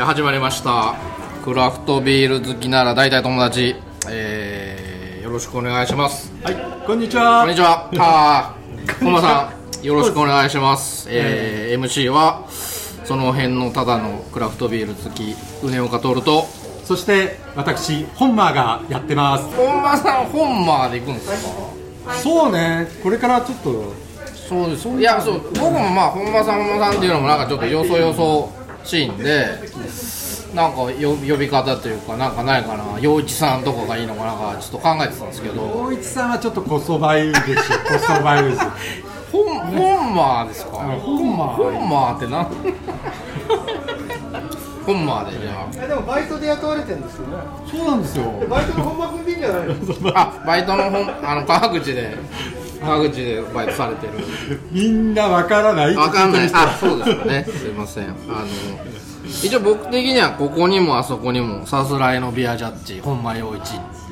始まりましたクラフトビール好きなら大体友達、えー、よろしくお願いしますはい、こんにち こは。んにちはあーこん本に間ちはさんよろしくお願いします、えー MC はその辺のただのクラフトビール好き梅岡徹とそして、私、本間がやってます。本間さん本間で行くんですかそうね、これからちょっと、そうですいやそう僕もまあ本間さん本間さんっていうのもなんかちょっとよそよそしいんでなんかよ呼び方というかなんかないかな陽一さんとかがいいのかなんかちょっと考えてたんですけど大一さんはちょっとこそばゆいでしょ、こそばゆいです。本本間ですかん本間本間ってな本間でじゃえでもバイトで雇われてるんですよねそうなんですよ。バイトの本間君でいいんじゃないのああバイトの本あの川口で川口でバイトされてるみんなわからない。わかんないあそうですよね。ねすいませんあの一応僕的にはここにもあそこにもさすらいのビアジャッジ本間陽一っ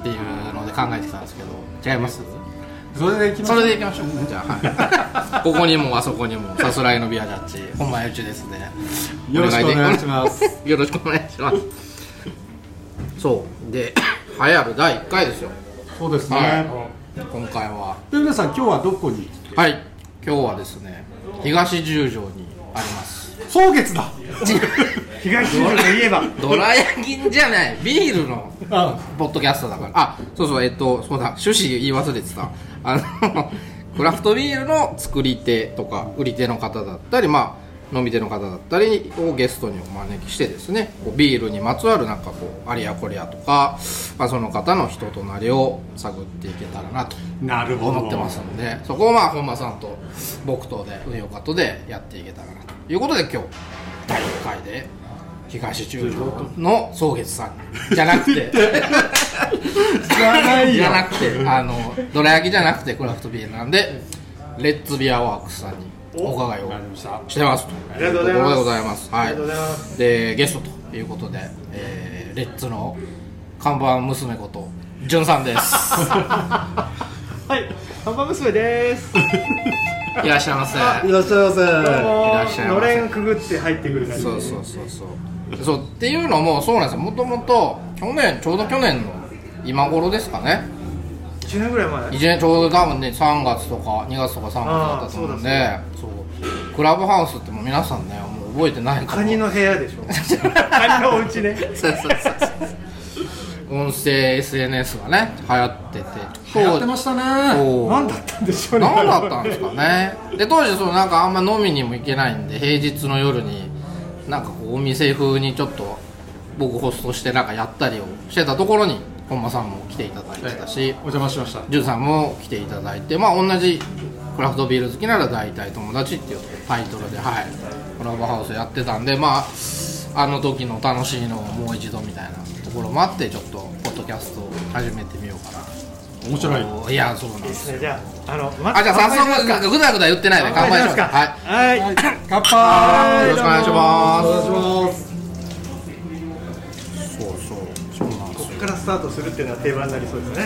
ていうので考えてたんですけど違いますそれでいきます。それでいきましょうじゃあ、はい、ここにもあそこにもさすらいのビアジャッジ本間陽一ですねよろしくお願いしますよろしくお願いしますそうで流行る第1回ですよそうですはね。今回はで、皆さん、今日はどこに。はい今日はですね東十条にあります 草月だ。東中といえばどら焼きじゃないビールのあ、ポッドキャストだからあそうそうえっとそうだ趣旨言い忘れてたあの クラフトビールの作り手とか売り手の方だったりまあ飲み手の方だったりをゲストにお招きしてですねこうビールにまつわるなんかこうありやこりやとか、まあ、その方の人となりを探っていけたらなとなるほど。思ってますのでそこをまあ本間さんと僕とで運用家とでやっていけたらなということで今日第1回で東中条の宗月さんじゃなくて知らないじよゃなくてあのどら焼きじゃなくてクラフトビールなんでレッツビアワークスさんにお伺いをわかりましたしてますとありがとうございますところでございますありがとうございまはいでゲストということで、えーレッツの看板娘ことじゅんさんです はい看板娘ですいらっしゃいませいらっしゃいませいらっしゃいませのれんくぐって入ってくる感じそうそうそうそうそうっていうのもそうなんですよもともと去年ちょうど去年の今頃ですかね1年ぐらい前一年ちょうど多分ね3月とか2月とか3月だったと思うんでそうクラブハウスってもう皆さんねもう覚えてないかもカニの部屋でしょカニのお家ねそうそうそうそう音声 SNS がね流行ってて流行ってましたね。そう何だったんでしょうね何だったんですかねで当時そのなんかあんま飲みにも行けないんで平日の夜になんかこうお店風にちょっと僕ホストしてなんかやったりをしてたところに本間さんも来ていただいてたしお邪魔しました。ジュンさんも来ていただいてまあ同じクラフトビール好きなら大体友達っていうタイトルではいコラボハウスやってたんでまああの時の楽しいのをもう一度みたいなところもあってちょっとポッドキャストを始めてみようかな面白い。いやそうなんですじゃああのまあ、じゃあ早速、なんかぐだぐだ言ってないで、乾乾杯杯しましますすか。かははいはい乾い。杯よろしくお願いしまお願いしますす。そうそう。そうなんですここからスタートするっていうのは定番になりそうですね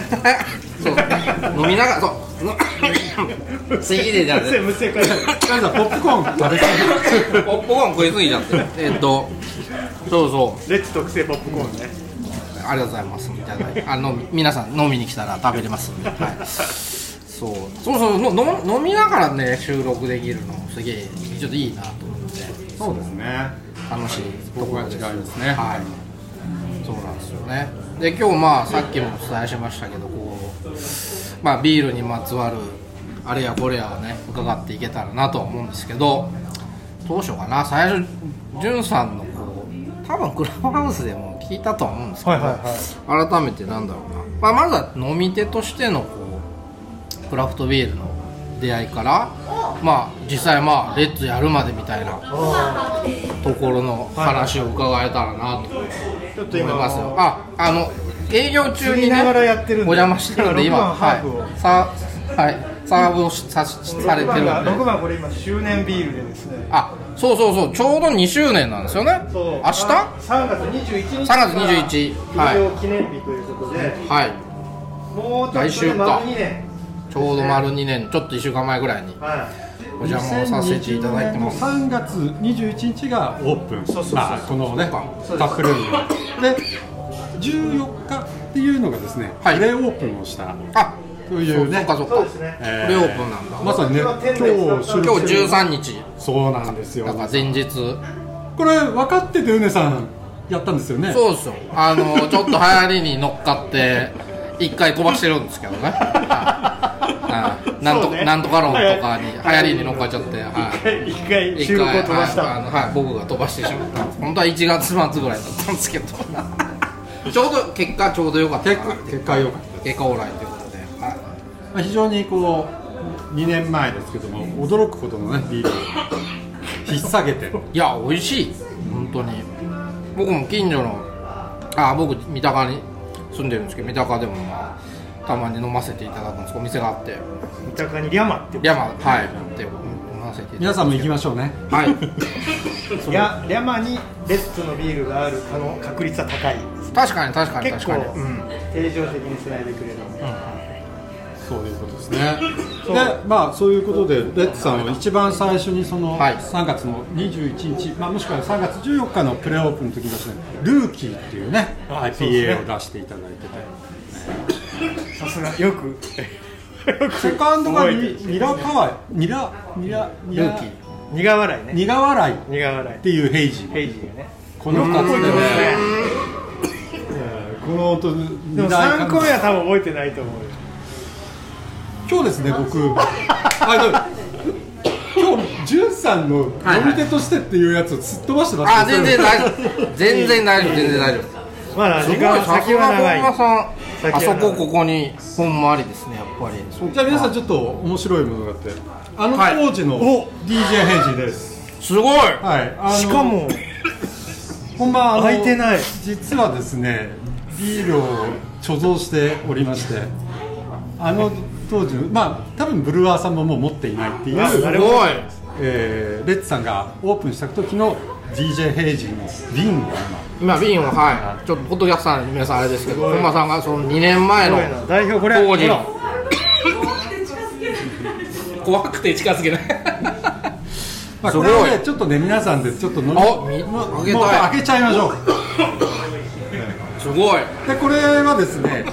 よ。そう。飲みながら、そうの。次でじゃあ、 むせむ せこれなんだポップコーン食べたポップコーン食いすぎちゃって。えっと、そうそう。レッツ特製ポップコーンねありがとうございます。いただいてあの、皆さん飲みに来たら食べれますんで。はい。そう。そうそう。のの飲みながらね、収録できるの、すげえ、ちょっといいなと思って。そうですね楽しいとここころがです違いですねはいそうなんですよねで今日まあさっきもお伝えしましたけどこうまあビールにまつわるあれやこれやをね伺っていけたらなとは思うんですけどどうしようかな最初じゅんさんのこう多分クラブハウスでも聞いたとは思うんですけど、はいはいはい改めてなんだろうな、まあ、まずは飲み手としてのこうクラフトビールの出会いからまあ実際まあレッツやるまでみたいなところの話を伺えたらなと思いちょっと今ますよああの営業中に吸いねながらやってるんでお邪魔してるんで今今六番はハーフをいさはいサーブをしさしされてるん6番が6で番これ今周年ビールでですねあそうそうそうちょうど2周年なんですよねそう明日あ3 3月21日月21日ははい記念日ということで、はいもうちょ来っと週でか丸2年ちょうど丸2年ちょっと1週間前ぐらいにはいお邪魔をさせていただいてます2020年の3月21日がオープンそうそうそうまあこのねそすタップルームで14日っていうのがですね、はいプレオープンをしたあというねそっかそっそうかですねえプレオープンなんだまさにね今今日天然収今録日してる13日そうなんですよだから前日これ分かっててうねさんやったんですよねそうですよあのちょっと流行りに乗っかって一回飛ばしてるんですけど ねはいなんとそうねなんとか論とかに流行りに乗っかっちゃってはい一回 収録を飛ばした、はいあのはい、僕が飛ばしてしまった本当は1月末ぐらいだったんですけどちょうど結果ちょうど良かった結か果なって結果良かったです結果オーライということで、はまあ非常にこう2年前ですけども驚くほどのねビールを引っ提げてい、いや美味しい本当に僕も近所のあ僕三鷹に住んでるんですけど三鷹でもまあたまに飲ませていただくんですお店があって三鷹にリャマって山はいって飲ませていただ皆さんも行きましょうねくはいリャリャマにレッツのビールがある可能確率は高い確かに確かに確結構かに、うん定常的に繋いでくれるそういうことですねでまあそういうことでレッツさんは一番最初にそのはい3月の21日、まあ、もしくは3月14日のプレオープンの時にですねルーキーっていうねはいそうです IPA ねを出していただいてて、さすがよくセカンドが覚えニてるニラカワイニラニラニラルーキー苦笑いね苦笑いっ苦笑いていうヘイジーヘイジーがねこの2つでねこの音でも3個目は多分覚えてないと思うよ今日ですね僕あでも今日じゅんさんの飲はいみ手としてっていうやつをすっ飛ばしてたあんです全よ然大丈夫全然大丈夫全然大丈夫まだすご時い間はさ先すがは本長い間さんあ先そは長いこここに本もありですねやっぱりじゃあ皆さんちょっと面白いものがあってあのはい当時のお DJ ヘイジーですすごいはいあのしかもほんまあの開いてない実はですねビールを貯蔵しておりましてあの当時のまあ多分ブルワーさんももう持っていないっていうあなするほどごいえーレッツさんがオープンした時の DJ ヘイジーの瓶が今今瓶をはいちょっとポッドキャスターの皆さんあれですけど本間さんがその2年前すのごいな代表これ当時ほの怖くて近づけないまあ、すこごいれをね、ちょっとね、皆さんでちょっと飲み、あもうみもあうげたい開けちゃいましょう。 すごいで、これはですね。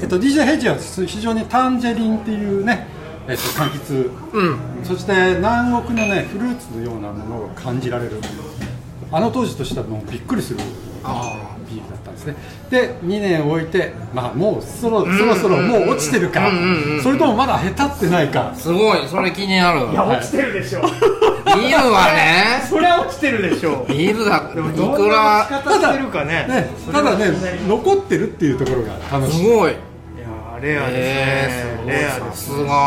えっと、DJ ヘイジは非常にタンジェリンっていうね、えっと、柑橘、うんそして南国のね、フルーツのようなものを感じられる。あの当時としてはもうびっくりするあビールだったんですね。で、2年置いて、まあ、もうそろそろそろもう落ちてるかうんうんうんう、んそれともまだ下手ってないかー。すごいそれ気になるいや落ちてるで しょビールはねそれは落ちてるでしょビールだでもどんいくな落ちら方してるかねね、それたはだ気になりね、残ってるっていうところが楽しすい。ごいいやーレアですえね、レえアすごいさすですが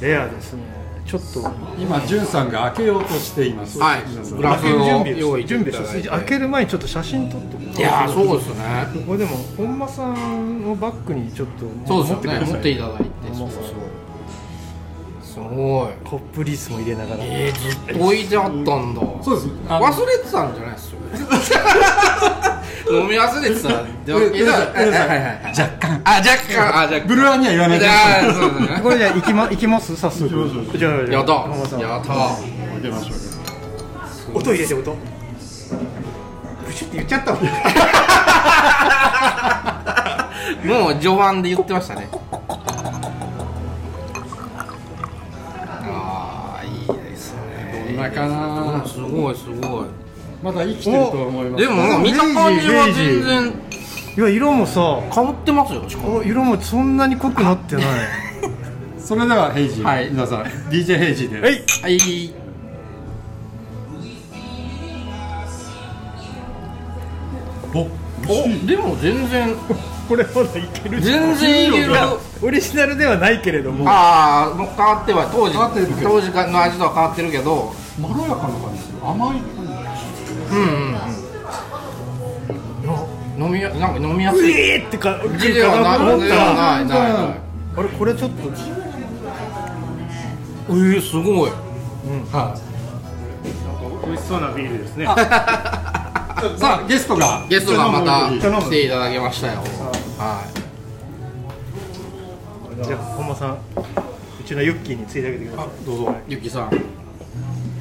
レアですねちょっと今、じゅんさんが開けようとしています。はい皆さんグラフを準用備意準備していただいて開ける前にちょっと写真撮っとこいやーそうですねうこれでも本間さんのバッグにちょっとそうです持よねってくだ持さっいていただいてそうそうすごいコップリースも入れながらえー、ずっと置いてあったんだそうです。あの忘れてたんじゃないですよ飲み忘れてたでううるさいうるさいはいはいはい若干。あ若干あ若干ブルワーには言わないでじくだゃあさいそうですこねれじゃあ行きま行きます早速行きましょうじゃあじゃやあった本間さんやった開けましょう。音入れて音プシュって言っちゃったもんもう序盤で言ってましたねああいいですねどんなかうんな。すごいすごいまだ生きてると思います。でもなんか見た感じは全然いや色もさ変わってますよしかもお色もそんなに濃くな ってないそれではヘイジー、はい皆さん DJ ヘイジーではす。はいいお、おでも全然これまだいけるじゃ全ん然いけるオリジナルではないけれどもああ変わっては当時変わってるけど当時の味とは変わってるけどまろやかな感じする。甘い感じ。うんうんうん飲みやなんか飲みやすいえーってか味ではない思っではたないないないあれこれちょっとえー、すごいはい。美味しそうなビールですねさあゲストがゲストがまた一緒に飲む来ていただきましたよはじゃあ本間さんうちのユッキーについてあげてくださどうぞゆきさんい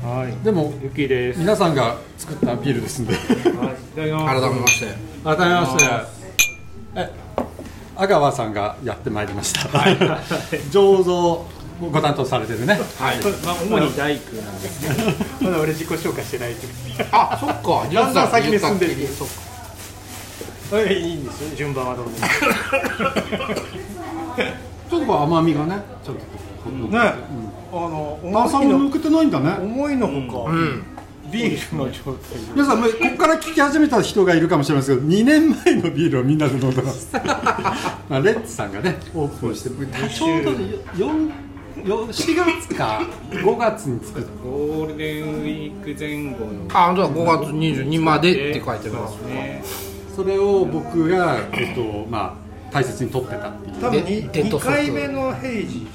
はいでもユッキーです皆さんが作ったビールですんではいいただきま改すめまして改めましてえ阿川さんがやってまいりました、 醸造をご担当されてるねはいまあ、主に大工なんですけ まどだ俺自己紹介してないけあそっ かどランナー先に進んでるゆきさそっかはいいいんですよ順番はどうでもちょっとこう甘みがねちょっと ねあの炭思酸いもの抜けてないんだね思いのほか、うんビールの状態で皆さんもうここから聞き始めた人がいるかもしれませんけど2年前のビールをみんなで飲んでます まあレッツさんがねオープンしてちょうど4 4 4月か5月に作ったゴールデンウィーク前後のあ本当だ5月22日までって書いてますそうですねそれを僕が、えっとまあ、大切に取ってたっていう多分にでデッド2ソース回目のヘイジーじ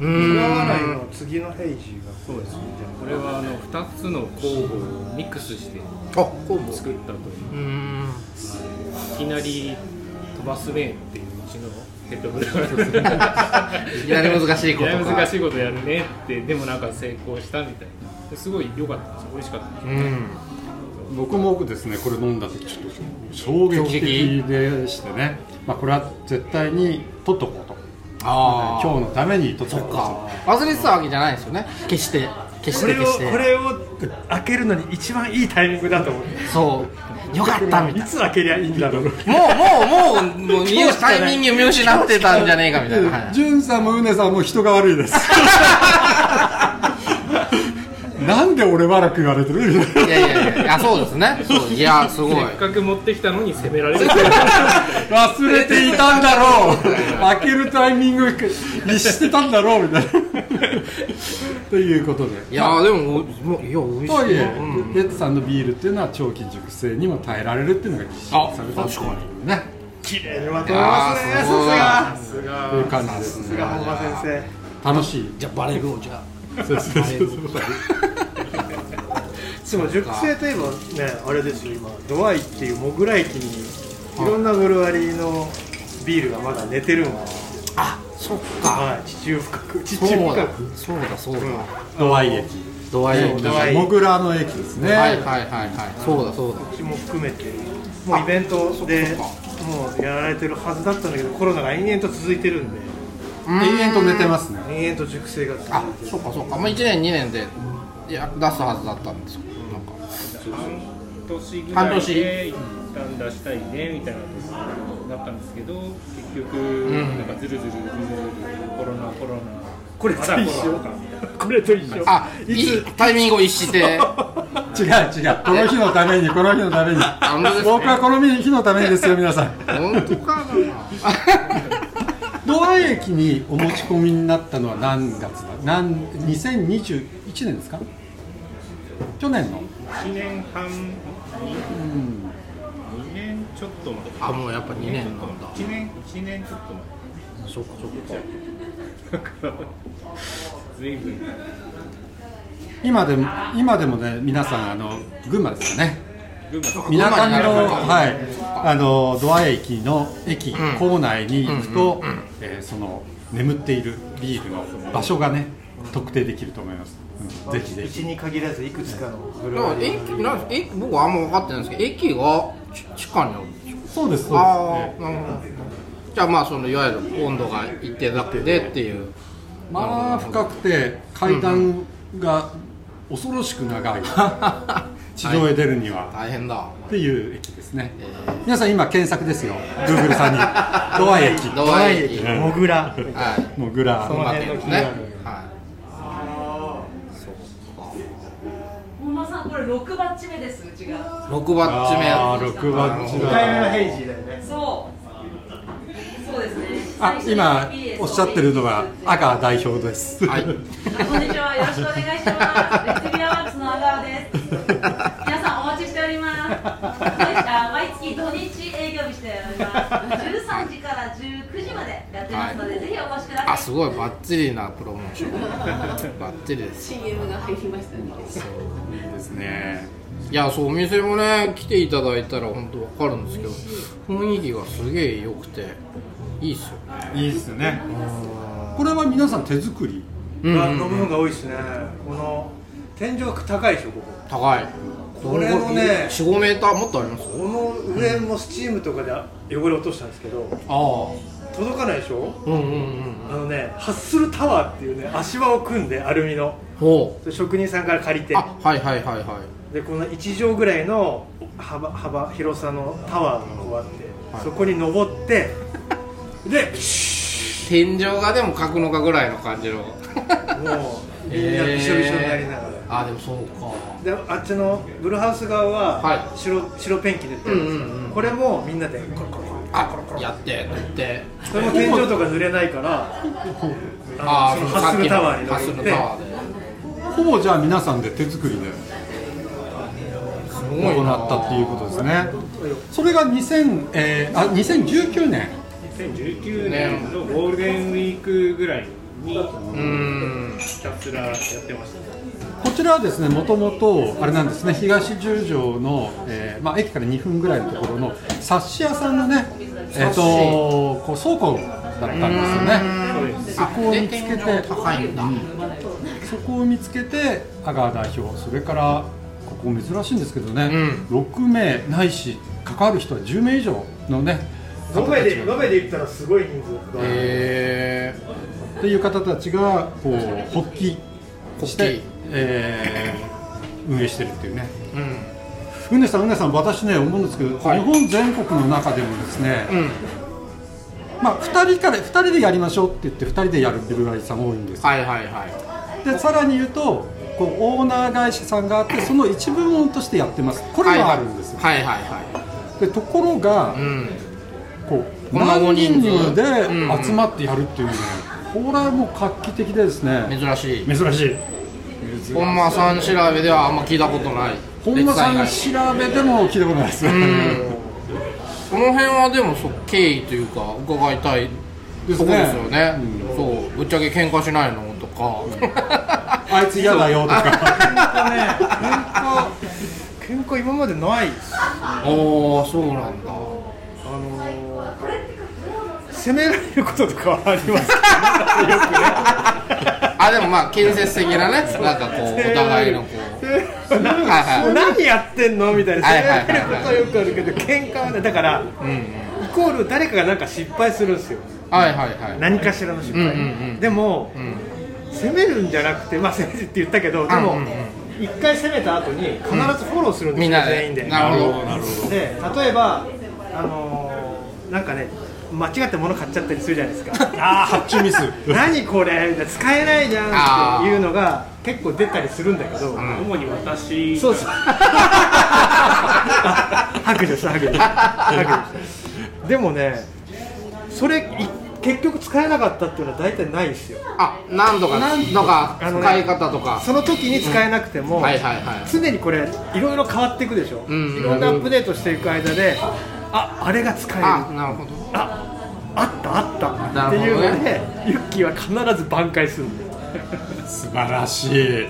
うゃん浦和ー内んの次のヘイジーがそうですねこれはあの2つの工房をミックスしてあこうも作ったといううーんいきなり飛ばすねっていううちのヘッドブルいきなり難しいことかいきなり難しいことやるねってでもなんか成功したみたいなですごい良かったんですよ美味しかったんですようん僕もですねこれ飲んだ時ちょっと衝撃的でしてね、まあ、これは絶対に取っとこうとあ今日のために取っとこうかと忘れてたわけじゃないですよね決して決こしてれを決してこれを開けるのに一番いいタイミングだと思ってそうよかったみたいいなつ開けりゃいいんだろうもうもうもうもう見今日失しかタないイミング見失ってたんじゃねえかみたいな、はでいジュンさんもウネさんも人が悪いですなんで俺悪く言われてるみたいいやいやいやいやそうですねそういやすごいせっかく持ってきたのに責められるな忘れていたんだろう開けるタイミングにしてたんだろうみたいなということでいやーでもおもういや美味しいとはいえ、うんレッツさんのビールっていうのは長期熟成にも耐えられるっていうのが実証されたっていうね綺麗にまとめますねさすがさすがという感じですさすねが本間先楽しいじゃあバレルをじゃそうそうそうそう生でも熟成といえばねあれですよ今ドワイっていうモグラ駅にいろんなブルワリーのビールがまだ寝てるんですあそっかはい地中深く地中そう深だくそうだそうだ、ドワイ駅ドワイそう駅ドはワイい駅モグラの駅ですね、はいはいはいそうだそうだうちも含めてもうイベントでそっかもうやられてるはずだったんだけどコロナが延々と続いてるんで延々と寝てますね延々と熟成が続いてあるそうかそうかまあ1年2年でいや出すはずだったんですよなんか半年ぐらいで一旦出したいねみたいなことだったんですけど結局なんかずるずるずるずるコロナコロナこれまとだ一コ緒ロナかみたいなこれと一緒あいいタイミングを逸して違う違うこの日のためにこの日のために本当ですね僕はこの日のためにですよ皆さん本当かなドワイ駅にお持ち込みになったのは何月だ何2021年ですか去年の1年半2年ちょっと前あもうやっぱ2年なんだ1年一年ちょっとそっかそっか前だからずいぶん今でも今でもね皆さんあの群馬ですよね群馬とみなかみの群馬にあるのかはいあのドア駅の駅ん構内に行くと、えーその眠っているビールの場所がね特定できると思います、うんぜひぜうひちに限らずいくつかのブルだからワリ駅ーなんえ僕はあんま分かってないんですけど駅がち地下にあるんですよそうですそうです、あえあなるほどじゃあまあそのいわゆる温度が一定だけでっていうーまあ深くて階段が恐ろしく長い地上へ出るには、大変だっていう駅ですね、皆さん今検索ですよ Google さんに「ドア駅」ドワイ駅うんモグラはいもうグラその辺の気になるはいそう本間さんこれ六バッチ目ですうちがか六バッチ目あー六バッチ2だ回目のヘイジーだよねそうそうですねあ今おっしゃってるのは阿赤川代表です、 はいこんにちはよろしくお願いしますレッツビアワークスの阿川です皆さんお待ちしておりますあ毎月土日営業日しております13時から19時までやってますので、ぜひお越しくだあさすいごいバッチリなプロモーションバッチリですい CM が入りましたねいいですねやそうお店もね来ていただいたら本当わかるんですけど雰囲気がすげえ良くていいっすよねいいですよねこれは皆さん手作りうんうんうん飲むのが多いですねこの天井高いでしょここ高いこれもね45メーターもっとありますこの上もスチームとかで汚れ落としたんですけどあ届かないでしょあうんうんうんあのねハッスルタワーっていうね足場を組んでアルミのほそれ職人さんから借りうてあはいはいはいはいでこの1畳ぐらいの幅幅広さのタワーがこうあって、はいそこに登ってでピシ天井がでも書くのかぐらいの感じのュッもうみんなびしょびしょになりながら、ああでもそうかであっちのブルーハウス側はは白,、白ペンキ塗ってるんですけど、うんうんうんこれもみんなでコロコロコあロやって塗ってそれも天井とか濡れないからあああのそのハッスルタワーにハッス登っルてタワーでほぼじゃあ皆さんで手作りです行ごいなったっていうことですねそれが2000、えーあ2019年2019年のゴールデンウィークぐらいにうーんひたすらやってましたねこちらはですね、もともとあれなんですね、東十条の、えーまあ、駅から2分ぐらいのところの冊子屋さんのね、えー、とこう倉庫だったんですよね、そこを見つけあで天井て、高いんだそこを見つけて、阿川代表、それからここ、珍しいんですけどね、6名ないし、関わる人は10名以上のね、延べで方たち延がべで言ったらすごい人数へえっていう方たちがこう発起して発起、えー運営してるっていうね。うんうねさん、うねさん、私ね、思うんですけど、はい日本全国の中でもですね、うんまあ、2人から2人でやりましょうって言って、2人でやるブルワリーさん多いんですよ、はいはいはいでさらに言うと、こうオーナー会社さんがあって、その一部門としてやってます、これがあるんですよ、はいはいはでところがい、うんこう、こんな大何人人数数でうん集まってやるっていうね、これはもう画期的でですね、珍しい珍しい。本間さん調べではあんま聞いたことない本間さんがが調べても聞いたことないですね。この辺はでもそ経緯というか伺いたいでとこすねですよね、うんそうぶっちゃけ喧嘩しないのとか、あいつ嫌だよとか。が喧嘩喧嘩今までないです おおそうなんだあのー、責められることとかはありますけどよくね あでもまあ建設的なねなんかこうお互いのこうはいはい 何やってんのみたいなはい責はいはいはいめられることはよくあるけど喧嘩はねだからうんうんイコール誰かがなんか失敗するんですよはいはいはい何かしらの失敗、うんうんうんでも、うん責めるんじゃなくてまあ責めるって言ったけどでうもんうん一、回責めた後に必ずフォローするんですみんよ、な全員ででなるほどで例えばあのーなんかね間違って物買っちゃったりするじゃないですかああ、発注ミス。 何これみたいな使えないじゃんっていうのが結構出たりするんだけど、主に私そうそう白状した白状した白状したでもねそれい結局使えなかったっていうのは大体ないんですよあ何度か何なんかあのね使い方とか、その時に使えなくても、はいはいはい常にこれいろいろ変わっていくでしょ、うんいろんなアップデートしていく間でああれが使えるああなるほどあったあったなってるいほうどねのでユッキーは必ず挽回するんだよ 素晴らしい。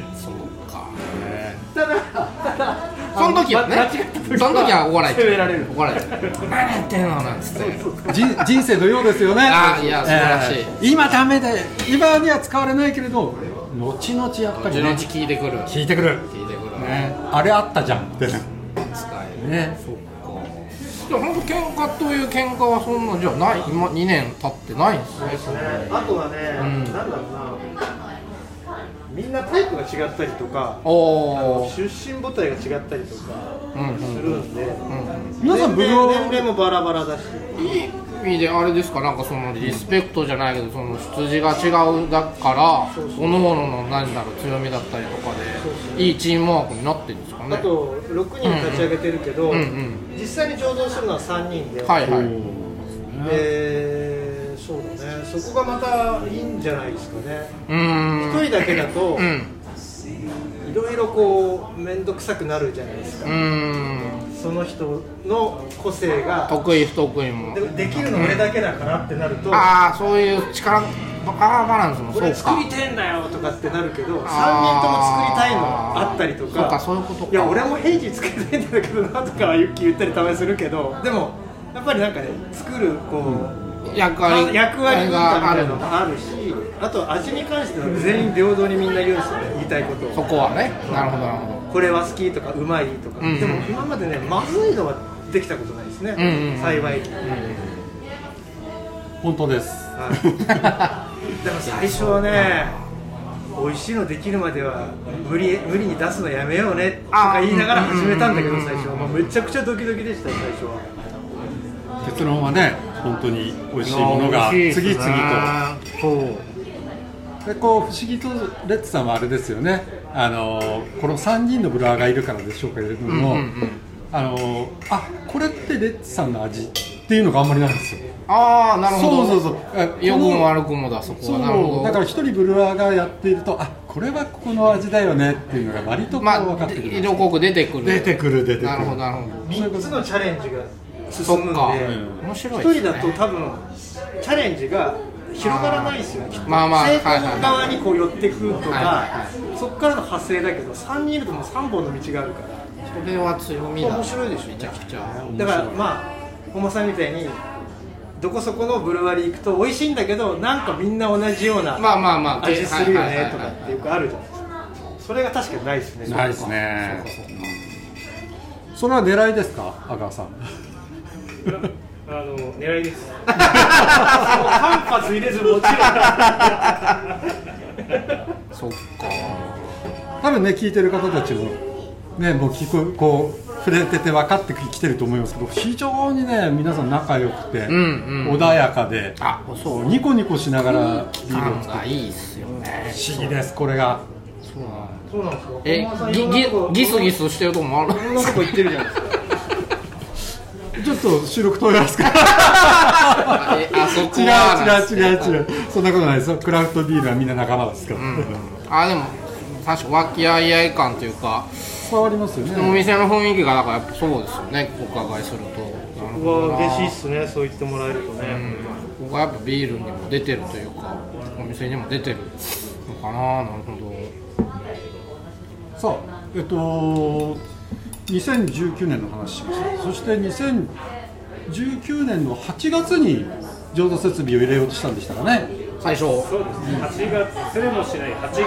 ただただその時はねま間違った時はその時は怒られて責められる怒られて何やってんのなんつって人 人生のようですよね。あーいや素晴らしいい。今ダメで、今には使われないけれど、後々やっ後ぱり、ね々、聞いてくる聞いてくる。聞いてくるね、あれあったじゃんって。使えるね、そっかじゃあ本当喧嘩という喧嘩はそんなじゃあない今2年経ってないんですねねあとはね、うんなんだろうなみんなタイプが違ったりとかおお出身母体が違ったりとかうんうんするんで、皆さん、ブ年ルー齢年齢もバラバラだしいい意味であれですかなんかそのリスペクトじゃないけどその羊が違うだから各々の何だろう強みだったりとかでいいチームワークになってるんですかねあと6人立ち上げてるけど、うんうん実際に醸造するのは3人で、はいはいでそうだねそこがまたいいんじゃないですかねうーん1人だけだとうんいろいろこう面倒くさくなるじゃないですうーか、んその人の個性が得意不得意もでできるの俺だけだからってなると、ああそういう力パワーバランスもそこうれか作りてんだよとかってなるけど3人とも作りあーたいのあったりとかそうかそういうことかや俺も平時作りたいんだけどなとかはユッキー言ったりたまにするけどでもやっぱりなんかね作るこう、役あ割役割分担みがあたいなるののもあるしあと味に関しては全員平等にみんな言うんですよね言いたいことそをこはねなるほどなるほどこれは好きとかうまいとか、うんでも今までねまずいのはできたことないですね、うんうん幸いに、本当ですはいでも最初はね美味しいのできるまでは無理無理に出すのやめようねとか言いながら始めたんだけど最初は、まあ、めちゃくちゃドキドキでしたよ最初は 結論はね本当に美味しいものが次々とそうとでこう不思議とレッツさんはあれですよねあのこの3人のブラーがいるからでしょうかけれどうんうんも、うんあのあこれってレッツさんの味っていうのがあんまりないんですよああなるほどそうそうそうえ良くも悪くもだそこそはなるほうどだから一人ブルワーがやっているとあこれはここの味だよねっていうのが割とこうま分かあってくる、色濃く出てくる出てくる出てくるなるほどなるほ3つのチャレンジがどそ進むっんかで面白一いですね人だと多分チャレンジが広がらないですよねきっとまあまあ成はいはいは功い側にこう寄ってくとか、はいはそこからの発生だけど3人いるともう3本の道があるからそれは強みだ面白いでしょめちゃくちゃだからまあ本間さんみたいにどこそこのブルワリー行くと美味しいんだけどなんかみんな同じようなまあまあまあ味するよはいはいねはいとはいかってよくあるじゃないですかそれが確かにないですねないですねうんそれは狙いですか阿川さんあの狙い です反発入れずもちろんそっか多分ね聞いてる方たちもねもう聞くこう触れてて分かってきてると思いますけど非常にね皆さん仲良くて、んうん穏やかであそうニコニコしながらビールを感作っがていいっすよね不思議ですこれがそうなんだそうなんですよえ本間さんいぎろんなぎとこギスギスしてるとこもあるいろんなとこ行ってるじゃないですかちょっと収録止めますかあえあそこ違はう違う違う違うそんなことないですよクラフトビールはみんな仲間ですから、あでも確か和気あいあい感というか伝わりますよおね店の雰囲気がだからやっぱそうですよねお伺いするとなるうほどわな嬉しいっすねそう言ってもらえるとね、ここはやっぱビールにも出てるというかお店にも出てるのかななるほどさあえっと2019年の話しましたそして2019年の8月に浄土設備を入れようとしたんでしたかね最初そうですね8月それもしない8月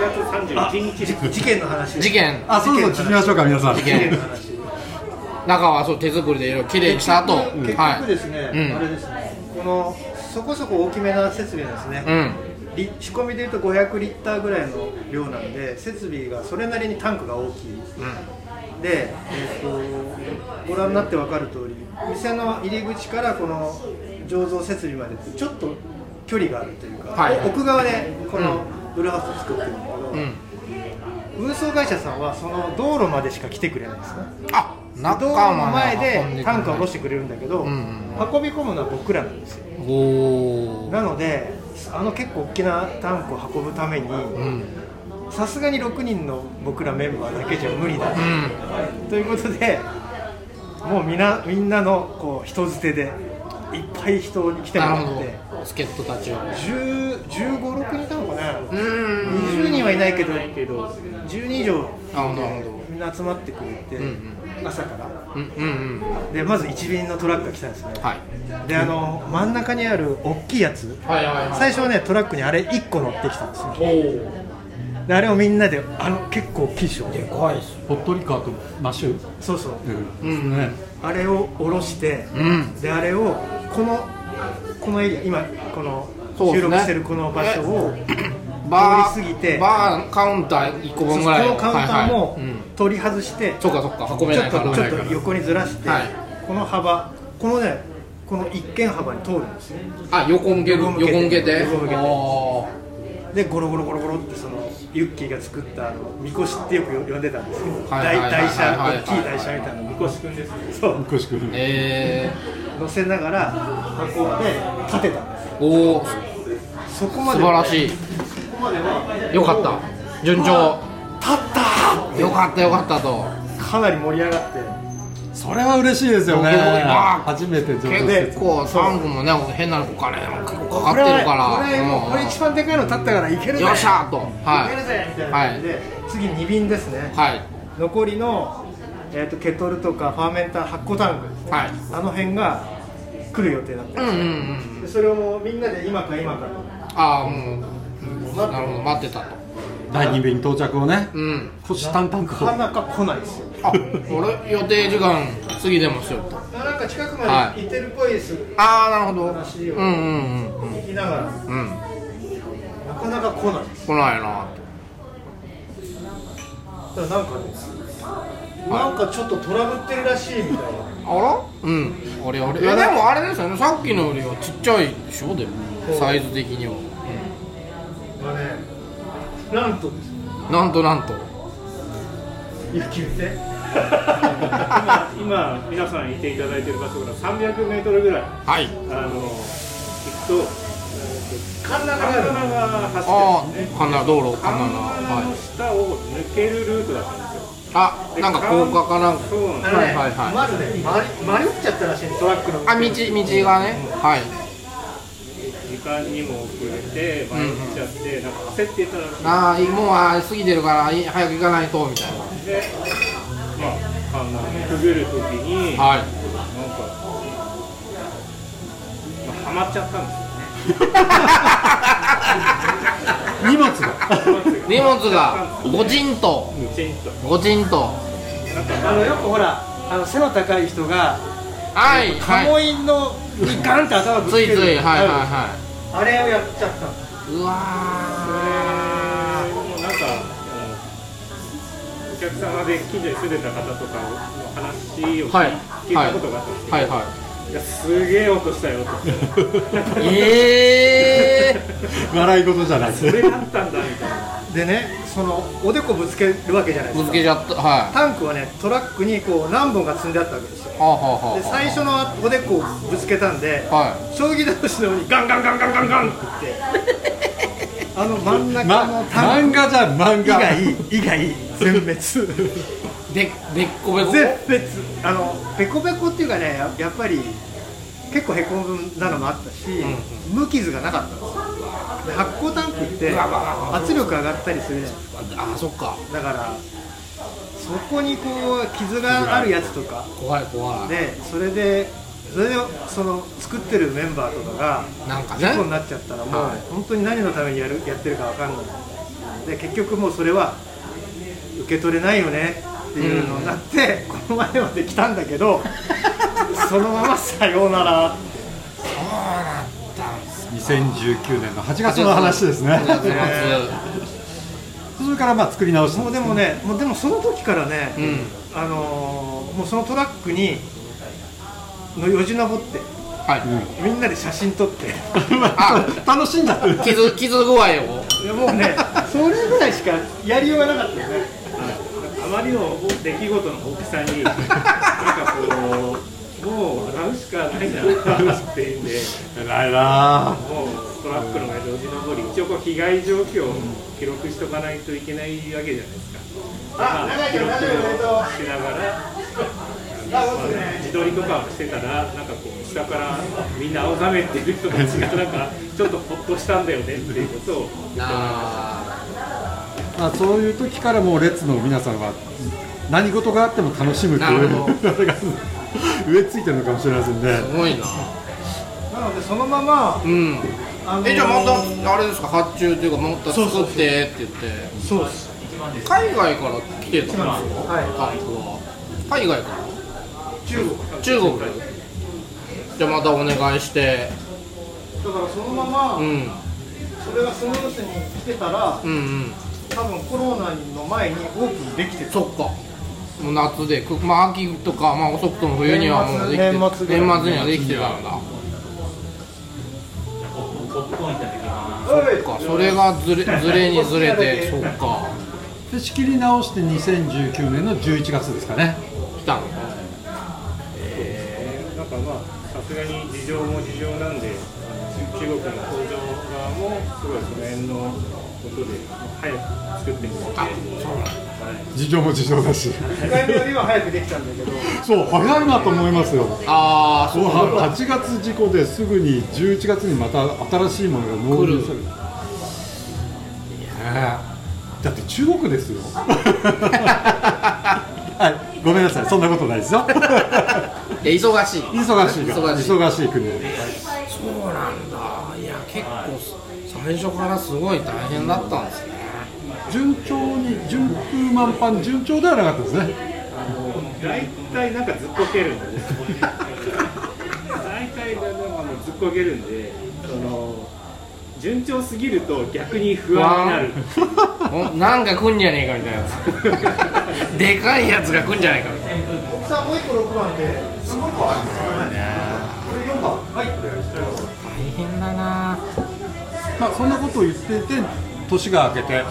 31日じ事件の話事件あそうそう聞きましょうか皆さん件事件の話中はそう手作りでいろいろ綺麗にした後結は局いですね、うんあれですねこのそこそこ大きめな設備なんですね、うんり仕込みでいうと500リッターぐらいの量なんで設備がそれなりにタンクが大きい、で、えー、とご覧になって分かる通り店の入り口からこの醸造設備までちょっと距離があるというか、はいお奥側でこのブルーハウスを作ってるんだけど、うん運送会社さんはその道路までしか来てくれないんですねあ道中路まの前運んくでれる単価を下ろしてくれるんだけど、うんうん運び込むのは僕らなんですよおおなのであの結構大きなタンクを運ぶためにうんさすがに6人の僕らメンバーだけじゃ無理だ、うんということでもうみんなみんなのこう人づてでいっぱい人に来てもならるっほてど助っ人たちを1 5 6人いたのかな、うん20人はいないけど10人以な上るほどなるほみんな集まってくれて、うん朝からどうんうんうんでまず一便のトラックが来たんですね、はいであの真ん中にある大きいやつはいはいはい最初はねトラックにあれ1個乗ってきたんですよおおであれをみんなであの結構大きいでしょでかいっすホットリカーとマッシュそうそううんねあれを下ろして、うんであれをこのこのエリア今このそうで収すね録してるこの場所をバ通ーり過ぎてバーカウンター1個そう分こぐらいのカウンターはもいはいうん取り外して、そっかそっか運べちょなっいからとちょっと横にずらして、はいこの幅このねこの一軒幅に通るんですよあ横向ける横横向向けけてて横向けておーでゴロゴロゴロゴロってそのユッキーが作ったあのみこしってよく呼んでたんですけどはいはい台はい台車はいはい大きい台車みたいなみこしくんですそうくしくえ乗せながら運んで立てたんー、でおお素すそこまで晴らしいそこまではよかった順調立ったよかったよかったとかなり盛り上がってそれは嬉しいですよね僕も今初めて浄土設備結構サンゴもね変なお金も結構かこかれってはるからこれうんこれ一番でかいの立ったからいけるぜよっしゃーといけるはぜみたいな感じで、次2便ですね、いはい残りの、えー、とケトルとかファーメンター発酵タンクはいあの辺が来る予定だったうんんですうよ、んうんでそれをもうみんなで今か今かああもうなるほど待ってたと第2便に到着をねうん虎視眈々となかとなか来ないですよあ俺予定時間過ぎてますよとなんか近くはまでい行ってるっぽいです、ああなるほど話をうんうんうん行きながうんらなかなか来ないです来ないなとだからなんかねなんかちょっとトラブってるらしいみたいなあらうんあれあれいやでもあれですよねさっきのよりはちっちゃいでしょでもサイズ的にはまあねなんとですよなんとなんと野球で今今皆さんいていただいてる場所から300メートルぐらいはいあの行くと神田カンがナあるが走あってるんですねあカナ道路カカナナンナのはい下を抜けるルートだったんですよあでなんか高架かなんかそうなんであすのね、はいはいはいまずねま迷っちゃったらしいトラックのあ道道がねはい時間にも遅れて前に来ちゃって、なんか焦ってたらしいああもうあー過ぎてるからい早く行かないとみたいんでまあカンナをくぐるときにななんはいか、まあ、ハマっちゃったんですよ荷物が 荷物がごちんとむちんとごちんとなんかあのよくほらあの背の高い人がはいカはモいインのにガンって頭ぶつつけいつるいはいはいはあれをやっちゃったのいうわーもうなんかあのお客様で近所に住んでた方とかの話を聞いはい聞いたことがあったんですけど、はい はいいやすげえ音したよとえ え笑い事じゃ ないそれだったんだみたいなでねそのおでこぶつけるわけじゃないでぶすつかけちゃったはいタンクはねトラックにこう何本か積んであったわけですよはあ、はあはあはあ、で最初のおでこをぶつけたんでは将棋倒しのようにガンガンガンガンガンガンって言 ってあの真ん中まのタン漫ク画じゃん漫以画外以外全滅 全いででっこべこ滅あのペコペコっていうかねややっぱり結構へこむなのもあったし、無傷がなかったんですよで発光タンクって圧力上がったりするじゃないですかああそっかだからそこにこう傷があるやつとか怖い怖い、でそれでそれでその作ってるメンバーとかがなんかね事故になっちゃったらもうはい本当に何のためにやるやってるかわかんないで結局もうそれは受け取れないよねっていうのになって、この前まで来たんだ けどそのままさようなら2019年の8月の話ですね夏夏それからまあ作り直したんもうですでけどもねもうでもその時からね、うんあのーもうそのトラックにのよじ登ってはい、みんなで写真 撮ってあ 楽しんだ傷傷具合をいやもうね それぐらいしかやりようがなかったよねあまりの出来事の大きさになんかこうもう笑うしかないんだなっていうんで偉いなあもうトラックの上でおじ登り一応こう被害状況を記録しとかないといけないわけじゃないですかあまあ記録をしながら自撮りとかをしてたら、なんかこう、下からみんな青ざめってる人たちが、なんか、ちょっとほっとしたんだよねっていうことを、あまあ、そういう時からもう列の皆さんは何事があっても楽しむっていなる ほうあれが植え付いてるのかもしれませんねーすごいななのでそのまま、うんあのーえじゃあまたあれですか発注というかもっと作ってって言ってそうです海外から来てたんですよはタンクは海外からい中国だか中国じゃあまたお願いしてらそのまま、うんそれがスムーズに来てたらうんうん多分コロナの前にオープンできてたそっかもう夏で、くまあ、秋とか、まあ、遅くとも冬にはもうできて年末年末ぐらい年末にはできてたんだそそっかそれがずれずれにずれて そっかで仕切り直して2019年の11月ですかね来たのかえーなんかまあ、さすがに事情も事情なんで、中国の工場側も、すごいその辺のことで、早く作ってみて、はい事情も事情だし2回目よりは早くできたんだけどそう早いなと思いますよああそう8月事故ですぐに11月にまた新しいものが納入されるだって中国ですよ はいごめんなさいそんなことないですよいえ忙しい忙しいから忙しい忙しい国でそうなんだいや結構最初からすごい大変だったん ですね順調に順風満帆順調ではなかったですね大体なんかずっこけるんで大体なんかもうずっこけるんでその順調すぎると逆に不安になるおなんか来んじゃねえかみたいなやつ でかいやつが来んじゃないかみたいなさあもう一個6番ですごくあるんですよねこれ4番は大い変だなまあそんなことを言っていて年が明けて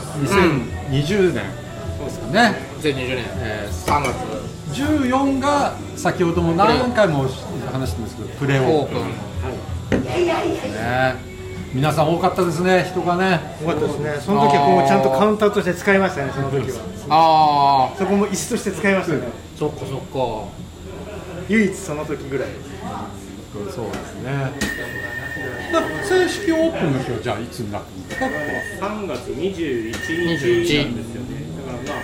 2020年ですかね、 2020年、えー、3月14が先ほども何回も話してますけどプレオオーーププン、ンね皆さん多かったですね人がねよかったですねその時はこうちゃんとカウンターとして使いましたねその時はああそこも椅子として使いましたねそっかそっか唯一その時ぐらいそうですね正式オープンの日はじゃあいつになってんですかこ3月21日なんですよねだか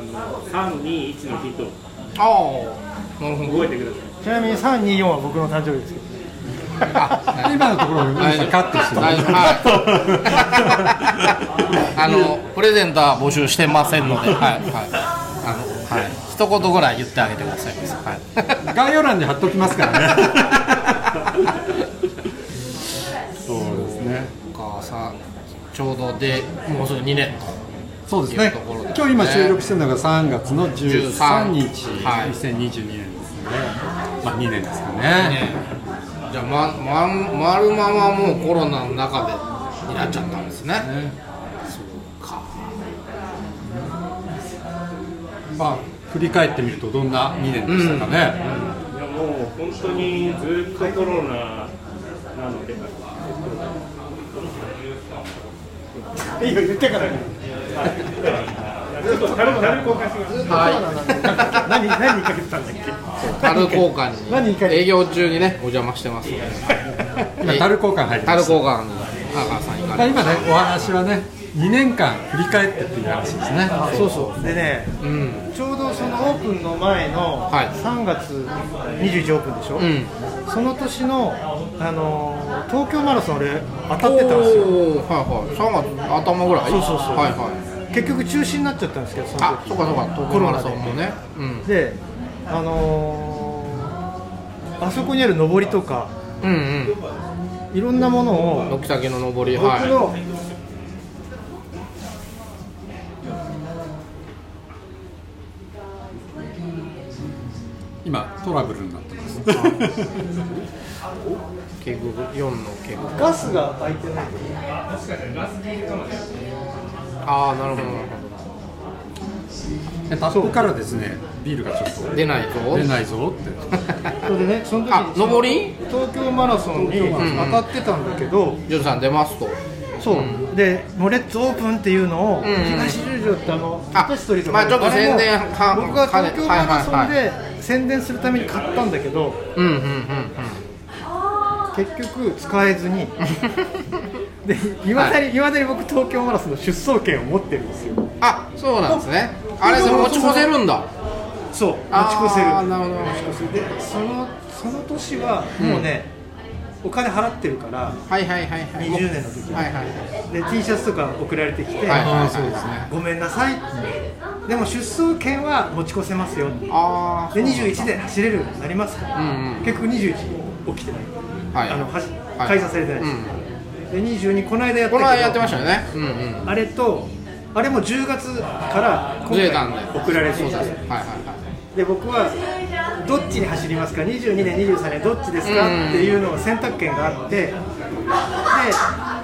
らまああの321の日とああなるほど覚えてくださいちなみに324は僕の誕生日ですけどこは今のところ大丈夫カットして大丈夫はい あのプレゼンター募集してませんので、はいはいあのはい、一言ぐらい言ってあげてください。はい、概要欄に貼っときますからねそうですねお母さんちょうどでもうすぐ2年そうでいすうねところですね今日今収録してるのが3月の13日、はい2022年ですねまあ2年ですかねねじゃあまままるままもうコロナの中でになっちゃったんですね。ねそうかまあ振り返ってみるとどんな2年でしたかね、いやもう本当にずっとコロナなので、 いいよ言ってからねちょっと軽く軽く交換します。 は何何にかけてたんだっけい、樽交何換言い換えに営業中にねお邪魔してますので。今樽交換入りま樽した交換に母さん行かまあれて。今ねお話はね2年間振り返ってっていう話ですねそうそうでねうん。ちょうどそのオープンの前のはい3月21オープンでしょ、うんその年の、あのー東京マラソン俺当たってたんですよおーはいはい。三月頭ぐらい。そうそうそうはいはい。結局中止になっちゃったんですけどその時あ、そうかそうか。東京マラソンもね。うん。であのーあそこにある上りとかうんうん。いろんなものを軒先の上り僕の、は今トラブルになってますい。ケグ四のケグ。ガスが開いてないああなるほどなるほえタップからですねビールがちょっど。と出ないぞ。出ないぞってそれでねその時あに、上り？東京マラソンにうん当たってたんだけど、ジュンさん出ますと。そう、でモレッツオープンっていうのを、んうん東十条ってあのあ東ストリートまあちょっと宣伝はあれも僕が東京マラはソいンはで宣伝するために買ったんだけどうんうんうんうん。結局使えず にでいまだに、いまだに僕東京マラソンの出走権を持ってるんですよあ、そうなんですね。あれそれ持ち越せるんだ。そう持ち越せるあーなるほど持ち越せるでそのその年はもうね、お金払ってるからはいはいはいはい。 20年の時はいはいはい。で T シャツとか送られてきて、はいはいはいそうですねごめんなさい、でも出走権は持ち越せますよでああ。 21で走れるようになりますから、うんうん結局21起きてない、はい。あのはじはい解散されてないでうんす、で22この間やったこけどの間やってましたよね。うんうん。あれとあれも10月から今ずれ回たんで送られてきてはいはいはいで僕はどっちに走りますか22年23年どっちですかうんっていうのを選択権があってで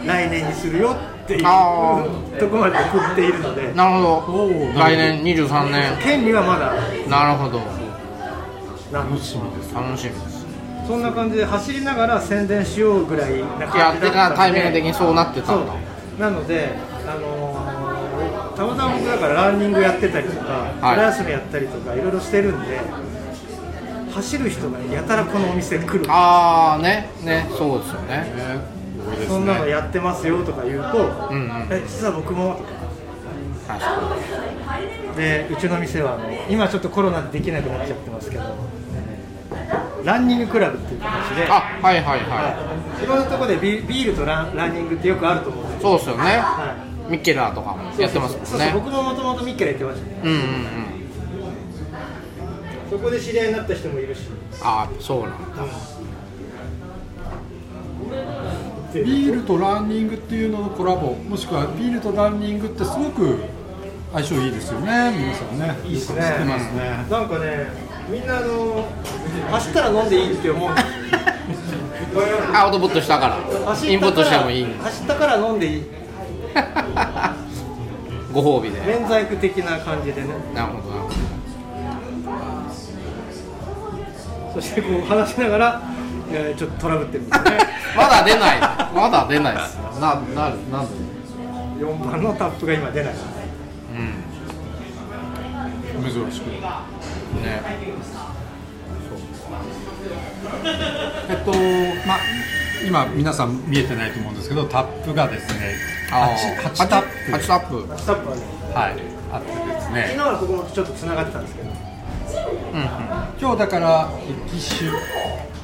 来年にするよっていうあとこまで送っているのでなるほおーど来年23年権利はまだなるほどなんです楽しみですそんな感じで走りながら宣伝しようぐらいなやっ感じてだったたタイミング的にそうなってたそんうだなので、あのーたまたま僕だからランニングやってたりとか、はい春休みやったりとかいろいろしてるんで走る人がやたらこのお店来るああねねそうですよね多いですねそんなのやってますよとか言うと、うんうんえ実は僕も確かでうちの店はあの今ちょっとコロナでできなくなっちゃってますけどランニングクラブっていう形で、はあはいはいはいい、いろんなところでビビールとランランニングってよくあると思うんですよ、そうですよね、はミッケラーとかもい、やってますもんねそうそう僕ももともとミッケラやってましたねうんうんうんそこで知り合いになった人もいるしああそうなんだビールとランニングっていうののコラボもしくはビールとランニングってすごく相性いいですよね皆さんねいいですねてますね、なんかねみんなあの走ったら飲んでいいって思うんですよアウトプットしたから走ったからインプットしてもいい 走ったから飲んでいいご褒美で免罪符的な感じでねなるほどなるほそしてこう話しながら、えーちょっとトラブってるんですどね まだ出ないまだ出ないですななるなんで4番のタップが今出ないうん珍しくねえっとまあ今皆さん見えてないと思うんですけどタップがですねあ 8, ータップ八タップうんうんタップはねはいあってです昨ね日はここもちょっとつながってたんですけど今日だから機種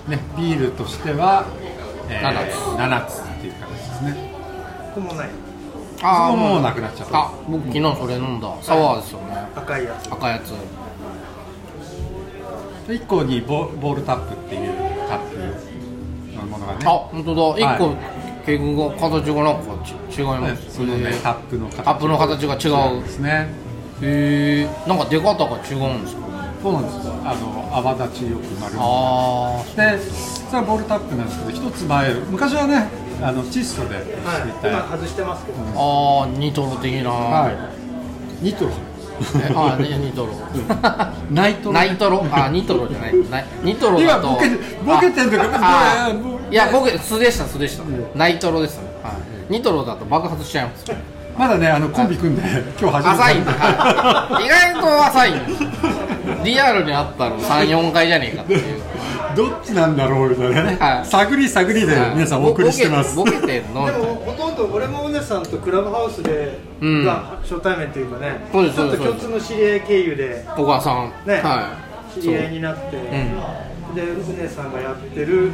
ねビールとしては、え七つ7つっていう感じですねここもないあーもうなくなっちゃったあ僕昨日それ飲んだサワーですよね赤いやつ赤いやつで1個にボボールタップっていうタップのものがねあ本当だ一個は結局形がなんかち違いねますそのねタップの形タップの形が違うですねへえんか出方が違うんですかそうなんですよあの泡立ちよくなるああでそれはボールタップなんですけど一つ前昔はねあの窒素でしていはいた、今外してますけどあーニトロ的な、はい、ニトロえあーねニトロナイトロナイトロあーニトロじゃないなニトロだと今ボケボケてんだけどああもういや僕素でした素でした、んナイトロですね、はい、ニトロだと爆発しちゃいますまだねあのコンビ組んで今日初めて浅いんで、はい、意外と浅いんですリアルにあったの34回じゃねえかっていう どっちなんだろうみたいなね、はい探り探りで 皆さんお送りしてますボケボケてんのみでたいなもほとんど俺もお姉さんとクラブハウスで、うんが初対面というかねそうですちょっとそう共です通の知り合い経由で小川さん、ね、はい知り合いになって、でお姉さんがやってる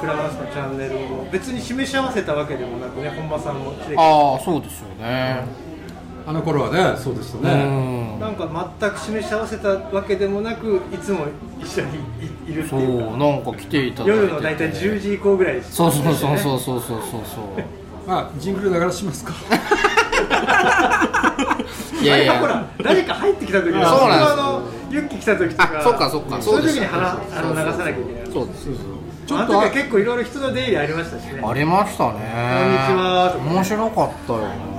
クラブハウスのチャンネルを別に示し合わせたわけでもなくね本間さんも来てああそうですよねあの頃はねそうでしたうねんなんか全く示し合わせたわけでもなくいつも一緒にい いるってそいううなんか来ていただいてて夜の大体10時以降ぐらいですそうそうそうそううそうそうそうそ まあジングルだからしますかういやいやほら誰か入ってきた時あそうなんですのユッキ来た時とかあそっかそっかそういう時でにす話あの流そうそうさなきゃいけないそうですちょあっの時とは結構いろいろ人の出入りありましたしねありましたねこんには面白かったよね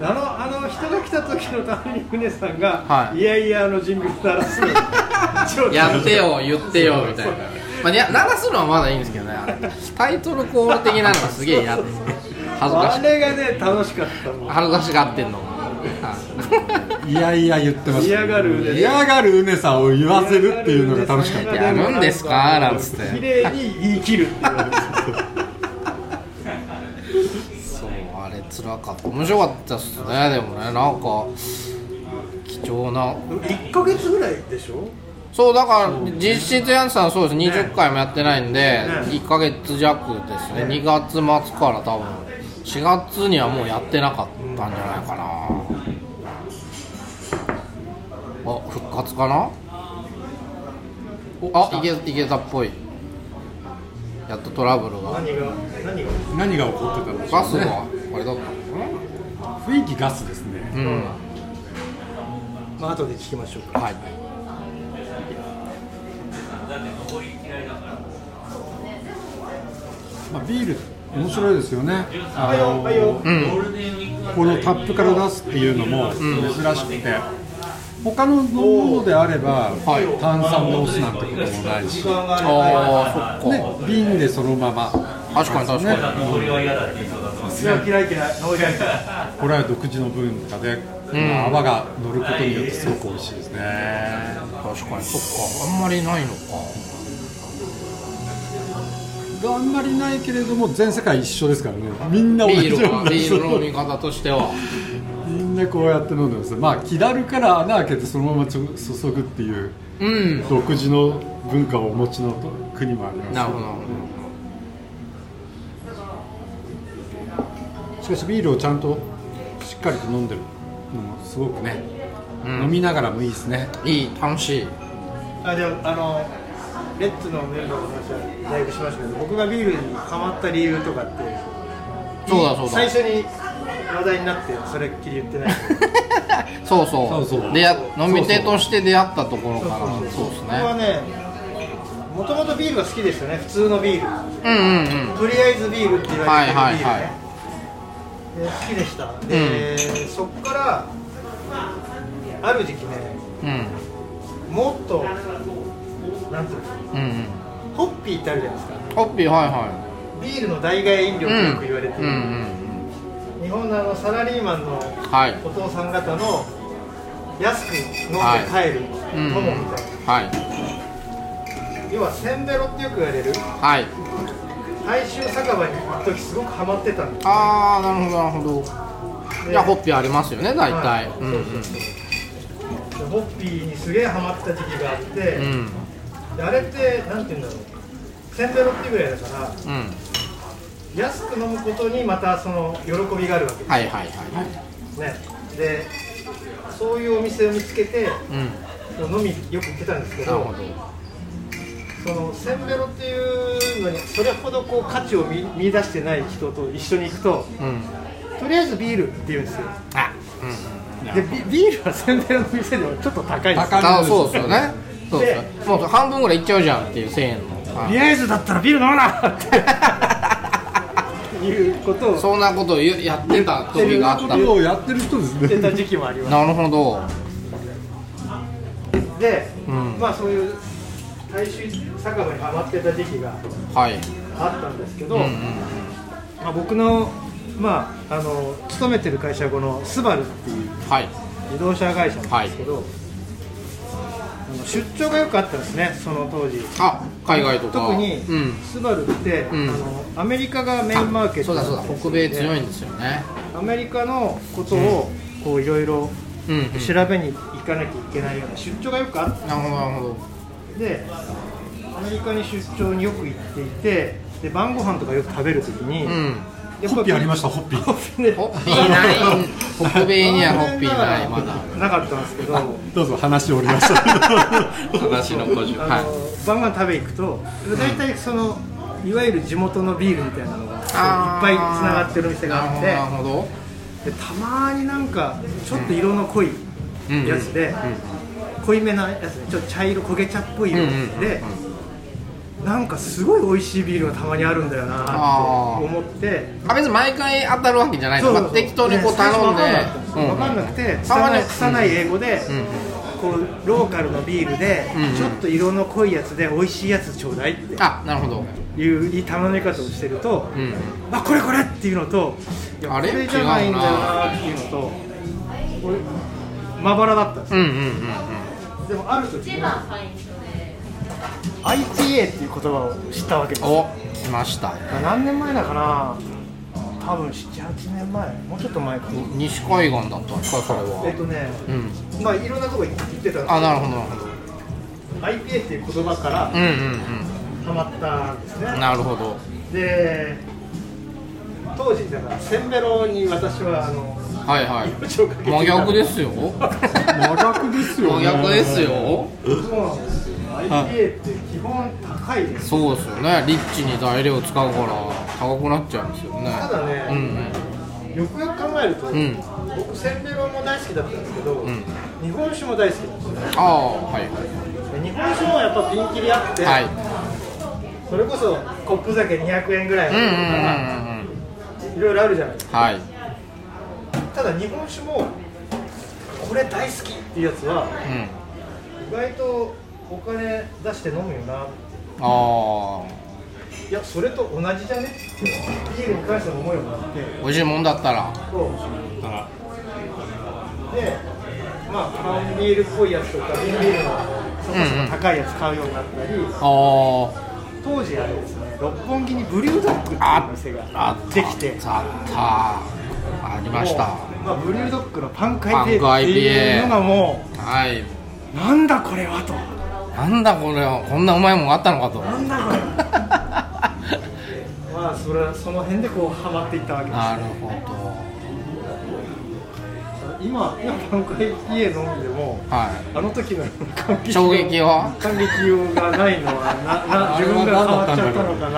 あのあの人が来た時のために船さんが、はいい、やいやあの人 物鳴らすのやってよ言ってよみたいなまあいや流すのはまだいいんですけどねあのタイトルコール的なのがすげえ嫌です恥ずかあしれがね楽しかったの恥ずかしがってんのがはい やいや言ってました嫌がるね嫌がるうねさんを言わせるっていうのが楽しかったいやるんですかなんつって綺麗に言い切るっていうのがいそうあれ辛かった面白かったっすねでもねなんか貴重な1ヶ月ぐらいでしょそうだから実質やんさんはそうです20回もやってないんでね1ヶ月弱ですね2月末から多分4月にはもうやってなかったんじゃないかなあ復活かなあいけいけたっぽいやっとトラブルが何が何が何が起こってたんでしガスょうがねあれだったのか雰囲気ガスですねなうんまあ後で聞きましょうはいまあ、ビール面白いですよねあのはいようんこのタップから出すっていうのも珍しくて、他の飲み物であれば、はい炭酸で押すなんてこともないし、ね、ああそっか瓶でそのまま確かに確かに嫌い嫌い嫌い嫌いこれは独自の文化で、ん泡が乗ることによってすごく美味しいですね確かにそっかあんまりないのかあんまりないけれども全世界一緒ですからねみんな同ビじーよル うはなビールの飲み方としてはみんでこうやって飲んでますまあ木樽から穴開けてそのままちょ注ぐっていううん独自の文化をお持ちのと国もありますなるほどなるほしかしビールをちゃんとしっかりと飲んでるのもすごくね、うん飲みながらもいいですねどいい楽しいあじゃああのレッツのメンバーの話はだいぶしましたけど僕がビールにハマった理由とかってそうだそうだ最初に話題になってそれっきり言っ てないけどそうそうそうそう出会飲み手として出会ったところからそうです僕はねねもともとビールが好きですよね普通のビールうんうんうんとりあえずビールって言われてるビールね、はいはいはいで好きでしたで、そっからある時期ねうんもっとなんていうのうんうんホッピーってあるじゃないですかホッピーはいはビールの代替飲い料ってよく言われてうんうる、んうん日本のあのサラリーマンのうんはいお父さん方の安く飲んで帰るうんうん友みたいな、はい要はせんべろってよく言われるはい大衆酒場に行く時すごくハマってたんでああなるほどなるほどでじゃあホッピーありますよね大はい体うんうんでホッピーにすげえハマった時期があって、うんであれってなんて言うんだろうせんべろっていうぐらいだからうん安く飲むことにまたその喜びがあるわけではいはいはいはいすねでそういうお店を見つけてうん飲みよく行ってたんですけなるほどどそのせんべろっていうのにそれほどこう価値を見見出してない人と一緒に行くとうんとりあえずビールって言うんですよあうんうんでビ ビールはせんべろの店ではちょっと高いです高いあそうですよねそうですよもう半分ぐらいいっちゃうじゃんっていう1000円のとりあえずだったらビール飲まなっていうこと をそんなことをやってた時があったこ なとをやってる人です言ってねた時期もありまするほどで、うんまあそういう大衆酒場にハマってた時期がはいあったんですけうど、んうんまあ、僕の,、まあ、あの勤めてる会社はこのスバルっていうはい自動車会社なんですけど、あの出張がよくあったんですねその当時あ海外とか特にうんスバルって、うんあのアメリカがメインマーケッそトうだそうだ北米強いいんですよねアメリカのことをこういろいろうんうん調べに行かなきゃいけないような出張がよくあっなるほどなるほどでアメリカに出張によく行っていてで晩ご飯とかよく食べるときに、うんホッピーありまししたホッピホーッピーねホッピー ない北米にはホッピーないまだなかったんですけどあのどうぞ話を折りました話の補充はい晩ご飯食べ行くと大体そのいわゆる地元のビールみたいなのがいっあーぱいつながってるお店があってなるほどなるほでたまになんかちょっと色の濃いどうんやつで、濃いめなやつねちょっと茶色焦げ茶っぽい色で、なんかすごい美味しいビールがたまにあるんだよなって思って。あ別に毎回当たるわけじゃないの、まあ、適当にこう頼んで分かんなくてん拙い拙い英語でうんこうローカルのビールでうんちょっと色の濃いやつで美味しいやつちょうだいってあなるほどいう言い頼み方をしてるとうんあこれこれっていうのといやあこれれじゃないんだよなっていうのとこれまばらだったんですうんようんうんでもある時一に番はい IPA っていう言葉を知ったわけですうんお来ました何年前だかな多分78年前もうちょっと前かな西海岸だったんですかそれえっとはねうんまあいろんなとこ行ってたんですけどあなるほどなるほど IPA っていう言葉からうんハマったんですねうんうんなるほどで当時だからせんべろに私はあのはいはい命をかけていた真逆 ですよ真逆ですよ真ね逆ですよそうなんですよ IPA って基本高いですそうですよねリッチに材料使うから高くなっちゃうんですよねただねうんよくよく考えると、うん僕せんべろも大好きだったんですけど、ん日本酒も大好きなんですよねああはいはで日本酒もやっぱピンキリあって、いはいそれこそコップ酒200円ぐらいうんうんうのとかんうんうんいろいろあるじゃないですかはいただ日本酒もこれ大好きっていうやつはうん意外とお金出して飲むよなあいやそれと同じじゃねってビールに関しての思いをもらってあ美味しいもんだったらそうだからでまあ缶ビールっぽいやつとか瓶ビールのそもそも高いやつ買うようになったり、ああ当時あれですね六本木にブリュードッグっていうお店があったできてあっありましたまあ、ブルードッグのパンクパンク IPA っていうのがもはい。うなんだこれはとなんだこれはこんなうまいもんがあったの かと。なんだこれまあそれはその辺でこうハマっていったわけですなるほ今今パンク IPA 飲んでもど。はい。あの時の感激衝撃は感激用がないのはななあれ自は分が変わっちゃった何だったんのだろうか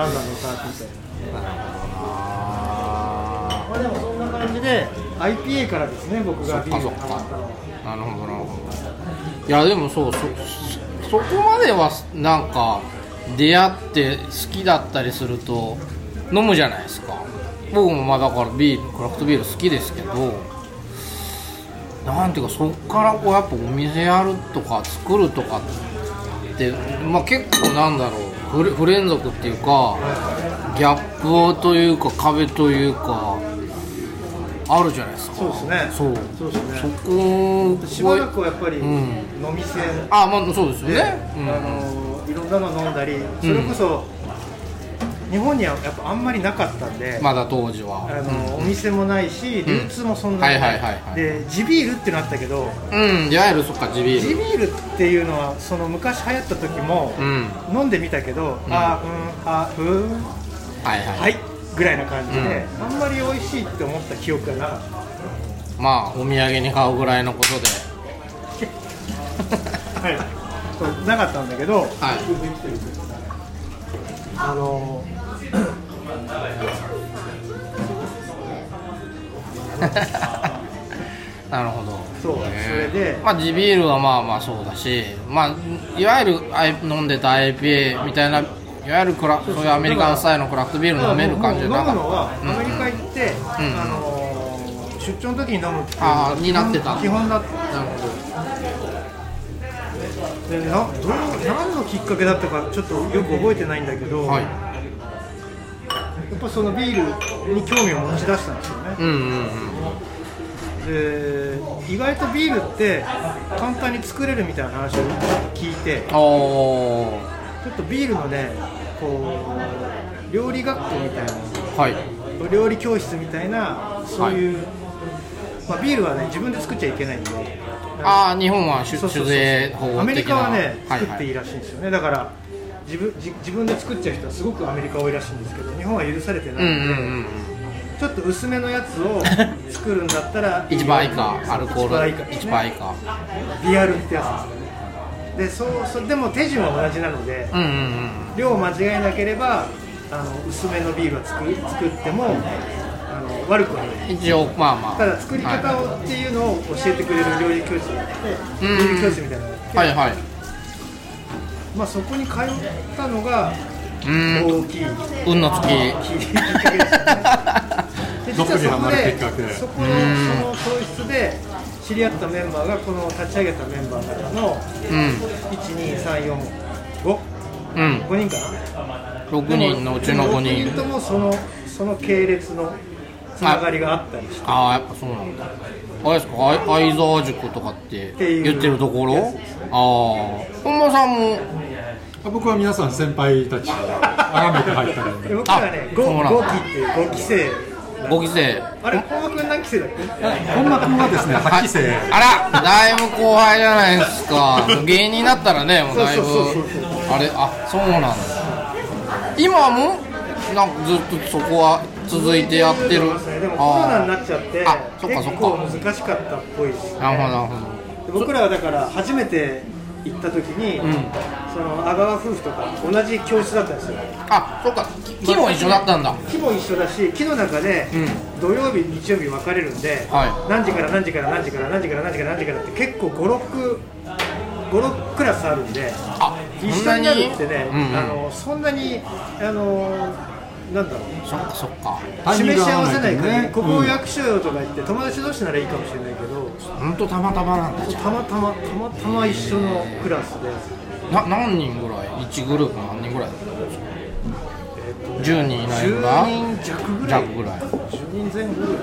何なのかみたいなまあでもそんな感じで IPA からですね僕がビールにハマったのはなるほどなるほど。いやでもそうそそそこまではなんか出会って好きだったりすると飲むじゃないですか。僕もまあだからビールクラフトビール好きですけど。なんていうかそっからこうやっぱお店やるとか作るとかって、まあ、結構なんだろう不れ不連続っていうかギャップをというか壁というかあるじゃないですかそうですねそうそうですそねこしばらくはやっぱりうん飲み線あまあそうですよで、ね、うんあのいろんなの飲んだりそれこそ日本にはやっぱあんまりなかったんで、まだ当時はあのお店もないし流通もそんなにはいはいはいはいで地ビールってのあったけどうん、うん、いわゆるそっか地ビ地ビールールっていうのはその昔流行った時もうん飲んでみたけど、んあうんあうんはいはい、はいぐらいな感じで、あんまり美味しいって思った記憶がなかっまあお土産に買うぐらいの ことでた、はい、 なかったんだけど はいあのなるほどそうそれでまあ、地ビールはまあまあそうだし、まあ、いわゆるあい飲んでた IPA みたいないわゆるクラそういうアメリカンスタイルのクラフトビールだから飲めもうる感じじゃもうな飲むかのはった、アメリカ行って、んあのー出張の時に飲むっていうのがあーになってた基本だっうんなるほどたでなどう何のきっかけだったかちょっとよく覚えてないんだけど、はいやっぱそのビールに興味を持ち出したんですよねうんうんで意外とビールって簡単に作れるみたいな話を聞いてうんおーちょっとビールのねこう料理学校みたいなはいお料理教室みたいなそういう、まあ、ビールはね自分で作っちゃいけないんでああ日本は酒そうそうそう酒税法的なアメリカはねはい作っはていいいらしいんですよね、だから自分自自分で作っちゃう人はすごくアメリカ多いらしいんですけど日本は許されてなういんうんで、んうんちょっと薄めのやつを作るんだっ たら1倍以下アルコール1倍以下です1ね倍以下ビアルってやつですよねでそうそでも手順は同じなので、うんうんうん量を間違えなければあの薄めのビールは作作ってもあの悪くはない一応まあまあただ作り方を、っていうのを教えてくれる料理教室があってう料ん理教室みたいなのがあって、はいはい、はい、まあ、そこに通ったのがうーん大きい運の つききっかけですよねで実どこにハマるきっはかそこけでそこうんのその教室で知り合ったメンバーがこの立ち上げたメンバーの中のうん12345うん5人かな6人のうちの5 6人と人もそのその系列のつながりがあったりしてああやっぱそうなんだあれですかあい相沢塾とかってていう言ってるところああ本間さんも 僕は皆さん先輩たちあがめて入ったりで僕らね 5, そうなんだ期っていう5期生ご期生あれ本間君何期生だっけ本間君はですね8期生、はいあらだいぶ後輩じゃないですか芸人だったらねもうだいぶそうそうそうあれあそうなんだ今もなんかずっとそこは続いてやってるでもコロナにあなっちゃってあそっかそっ結か構難しかったっぽいですあなるほどなるほどで僕らはだから初めて行った時に、その阿川夫婦とか同じ教室だったんですよあそっか木も一緒だったんだ木も一緒だし木の中でうん土曜日日曜日分かれるんで、は何時から何時から何時から何時から何時から何時からって結構56 56クラスあるんであ一そん緒なにになるってね、うんうんあのそんなにあのなんだろうそっかそっかタイミング示しが合合わわせなないいとから、ねここを役所よとか言って友達同士ならいいかもしれないけど本当たまたまなんだじゃたまたまたまたま一緒のクラスで、あな何人ぐらい1グループ何人ぐらいだったんですか10人いないぐらい10人弱ぐらい弱ぐらい10人前後ぐらい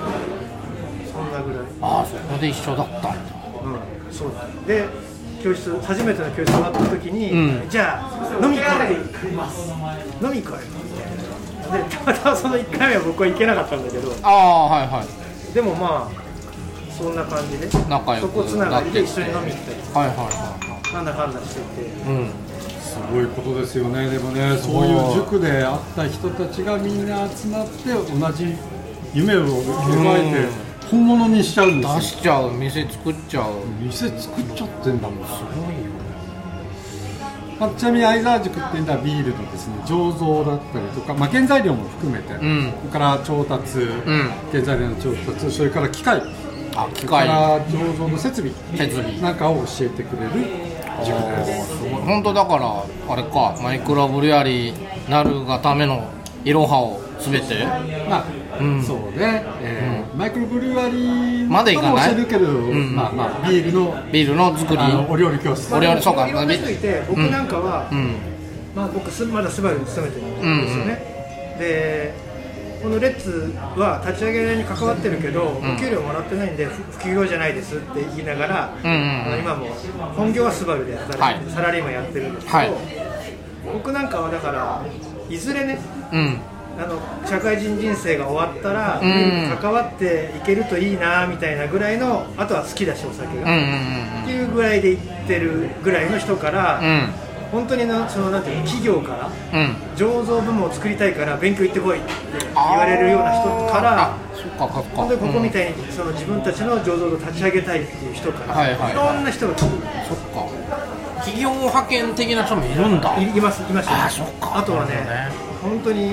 そんなぐらいああそこで一緒だったんだうんそうだで教室初めての教室になった時に、うんじゃあ飲み行こう飲み行こうよでたまたまその1回目は僕は行けなかったんだけどああはいはいでもまあそんな感じで仲良くそこつながりでなっ一て緒に飲み行ったはいりはいはなんだかんだしてていはいうんすごいことですよねでもねそういう塾で会った人たちがみんな集まって同じ夢を描いて本物にしちゃうんで出すよしちゃう店作っちゃう店作っちゃってんだもんすごいよまあ、ちなみに相沢塾っていうのはビールのですね醸造だったりとか、まあ、原材料も含めて、んそれから調達、ん原材料の調達それから機械あ機それか械ら醸造の設備設備なんかを教えてくれる塾です本当だからあれかマイクロブリュアリーになるがためのいろはを全てまあ、うんそうね、えーマイクロブリュワリーまだ行かないとも教えるけど、んまあまあビールのビールの作りあのお料理教室まあ俺はそうかいろんな人いて僕うんなんかは、うんまあ、僕すまだスバルに勤めてるんですよね、でこのレッツは立ち上げに関わってるけど、お給料もらってないんでふ副業じゃないですって言いながら、うんうんあの今も本業はスバルで働いて、はいサラリーマンやってるんですけど、はい僕なんかはだからいずれねうんあの社会人人生が終わったら、うん関わっていけるといいなみたいなぐらいのあとは好きだしお酒うが、んうんっていうぐらいで行ってるぐらいの人から、うん本当になそのなんていうの企業からうんうん醸造部門を作りたいから勉強行ってこいって言われるような人からあそっかそっか本当にここみい、たいにその自分たちの醸造を立ち上げたいっていう人から、はいいはいろんな人が来るうんそっか企業派遣的な人もいるんだいいますいましたねあそっかあとはねなる本当に、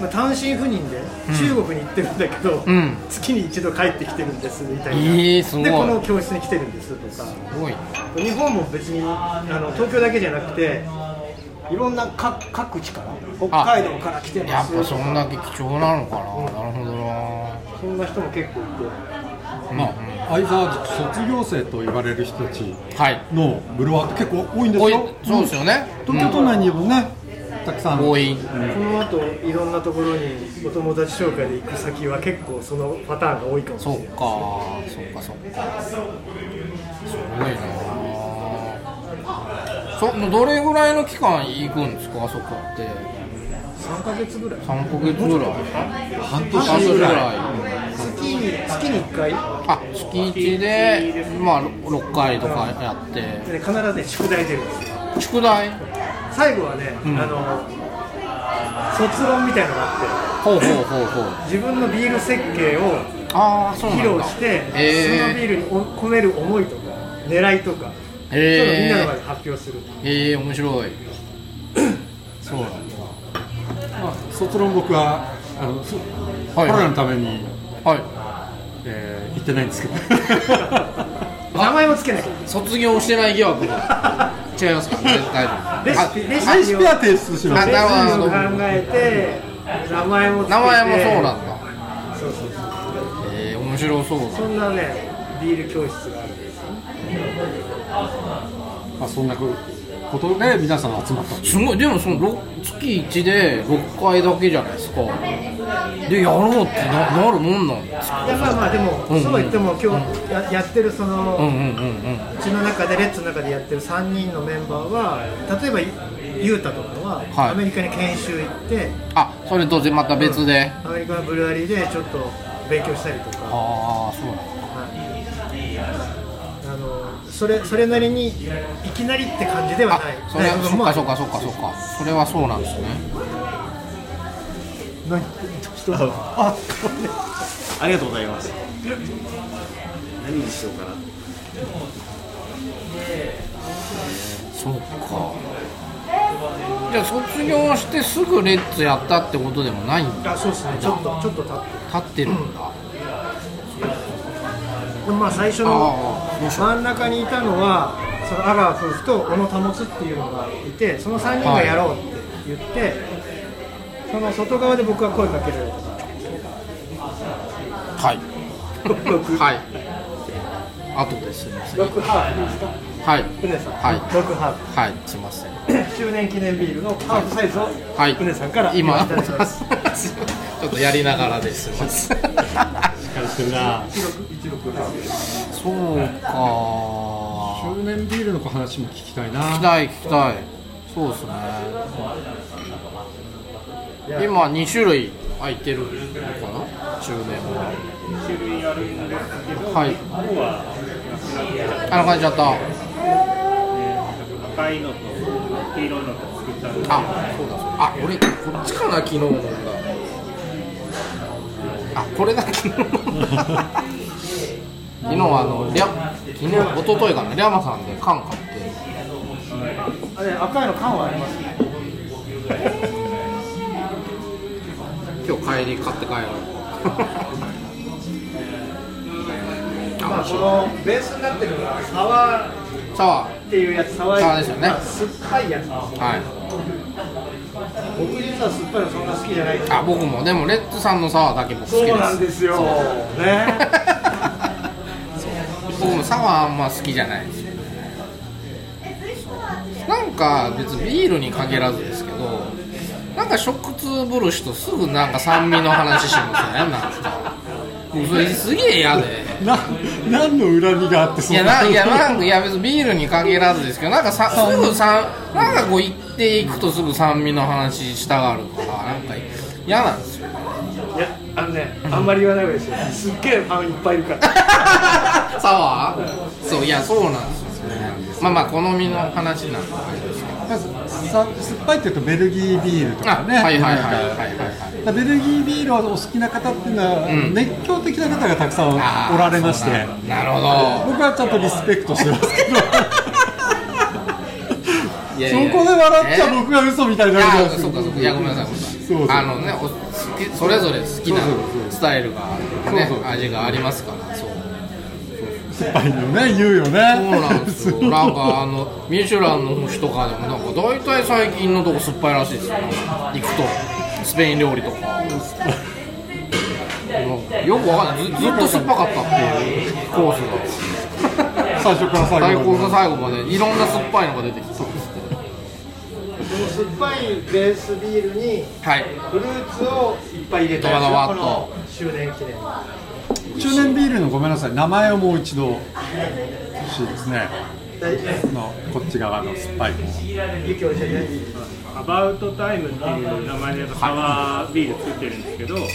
まあ、単身赴任で中国に行ってるんだけど、うん月に一度帰ってきてるんですみたいな、えーすごいでこの教室に来てるんですとすかごい日本も別にあの東京だけじゃなくていろんな各各地から北海道から来てやまっすぱそんだけ貴重なのかななるほどなそんな人も結構いてまあ、相沢塾卒業生と言われる人たちはいのブロワーって結構多いんですおいよそうですよね、うん東京都内にもねたくさん多いこの後いろんなところにお友達紹介で行く先は結構そのパターンが多いかもしそれうないかそうかそうかすごいなそどれぐらいの期間行くんですかあそこって3ヶ月ぐらい3ヶ月ぐらい半半年年ぐぐらいらい月に月に1回あ月1でまあ6回とかやってでね必ずね宿題出るんですよ宿題最後はね、んあの卒論みたいのがあってほうほうほうほう自分のビール設計をああそうなん披だ露して、そのビえールに込める思いとか狙いとか、ー、そういうのをみんなのえ前で発表するー、えー、面 白いそうなんだまあ卒論僕はあの、そコはいロナのために、はえー行ってないん ですけど名前もつけないい卒業してない疑惑が違います か大丈夫レシピあレシアイピスをペア提出しまあすなるほど考えて名前もつけて名前もそうなんだそうそうそうえー、面白そうだそんなねビール教室があるんですよまあ、そんなことで皆さん集まったすごいでもそのろ月1で6回だけじゃないですかでやろうってななるもんなんですかいやまあまあでも、うんうんそうは言っても今日や,、やってるその、ううんうんうんうんちの中でレッツの中でやってる3人のメンバーは例えばゆうたとかは、はいアメリカに研修行ってあそれとまた別で、アメリカのブルワリーでちょっと勉強したりとかああそうなんだはいあのそれそれなりにいきなりって感じではあないそれない部そ分っもあかるそっかそっかそっかそれはそうなんですね何ちょっとあありがとうございます。何にしようかな。そうかじゃあ卒業してすぐレッツやったってことでもないんだあそうですねちょっとちょっと経って立ってるんだ、でもまあ最初のああよいしょ真ん中にいたのはその阿川夫婦と小野保つっていうのがいてその3人がやろうって言って、その外側で僕は声かけられたはいはいあとですいませんロックハーフですかはい船さん、はいロックハはいすいませんー フ周年記念ビールのハーフサイズをはい、船さんから今いただきます ちょっとやりながらですみませ んそうか中年ビールの話も聞きたい聞きなたい聞きたいそうですね今2種類空いてるのか中年は種類あるんですけど、はい一個はなくなってるあの感じだった赤いのと黄色いのと作ったんですけどあそうだそうだあ俺こっちかな昨日のがあこれだ昨日昨日あのリャ昨日一昨日かなリャマさんで缶買ってあれ赤いの缶はありますね今日帰り買 って帰ろうまあこのベースになってるのがサワーさっていうやつサワーサワーですよねまあ酸っぱいやつあはい僕実は酸っぱいのそんな好きじゃないあ僕もでもレッツさんのサワーだけ僕好きそうでなんすですよね 僕もサワーあんま好きじゃないですよねなんか別にビールに限らずですけどなんか食通ぶるしとすぐなんか酸味の話しますねなん かもうそれすげえ嫌でな何の恨みがあってそいんやないやななんかいや別にビールに限らずですけどなんかさすぐさなんかこう行っていくとすぐ酸味の話したがるからなんか嫌なん ですよいやあのねあんまり言わない方がいいですよすっげえファンいっぱいいるからサワーそういやそうなんですよねまあまあ好みの話なんであれですけどさ酸っぱいって言うとベルギービールとかねあはいはいはいはいなんはかいはいベルギービールをお好きな方っていうのは、ん熱狂的な方がたくさんおあーられましそてうなんだなるほ僕はちゃんとリスペクトしてますけどどいやいやそこで笑っちゃえ僕が嘘みたいになるじゃないあですそうかそうかいやごめんなさいごめんなさいそうそうあのねお好きそれぞれ好きなそうそうそうスタイルがねそうそう味がありますからそう酸っぱいのね言うよねそうなんですよ なんかあのミシュランの星とかでもなんか大体最近のとこ酸っぱいらしいですよ行くとスペイン料理とかよくわかんないずずっと酸っぱかったっていうコースが最初から最最後高まので最後までいろんな酸っぱいのが出てきたこの酸っぱいベースビールにはいフルーツをいっぱい入れたやつドバドバこっとの周年記念中年ビールのごめんなさい名前をもう一度欲しいですね大こ丈のこっち側の酸っぱい方夫ゆき教えてアバウトタイムっていう名前でサワービール作ってるんですけど、えー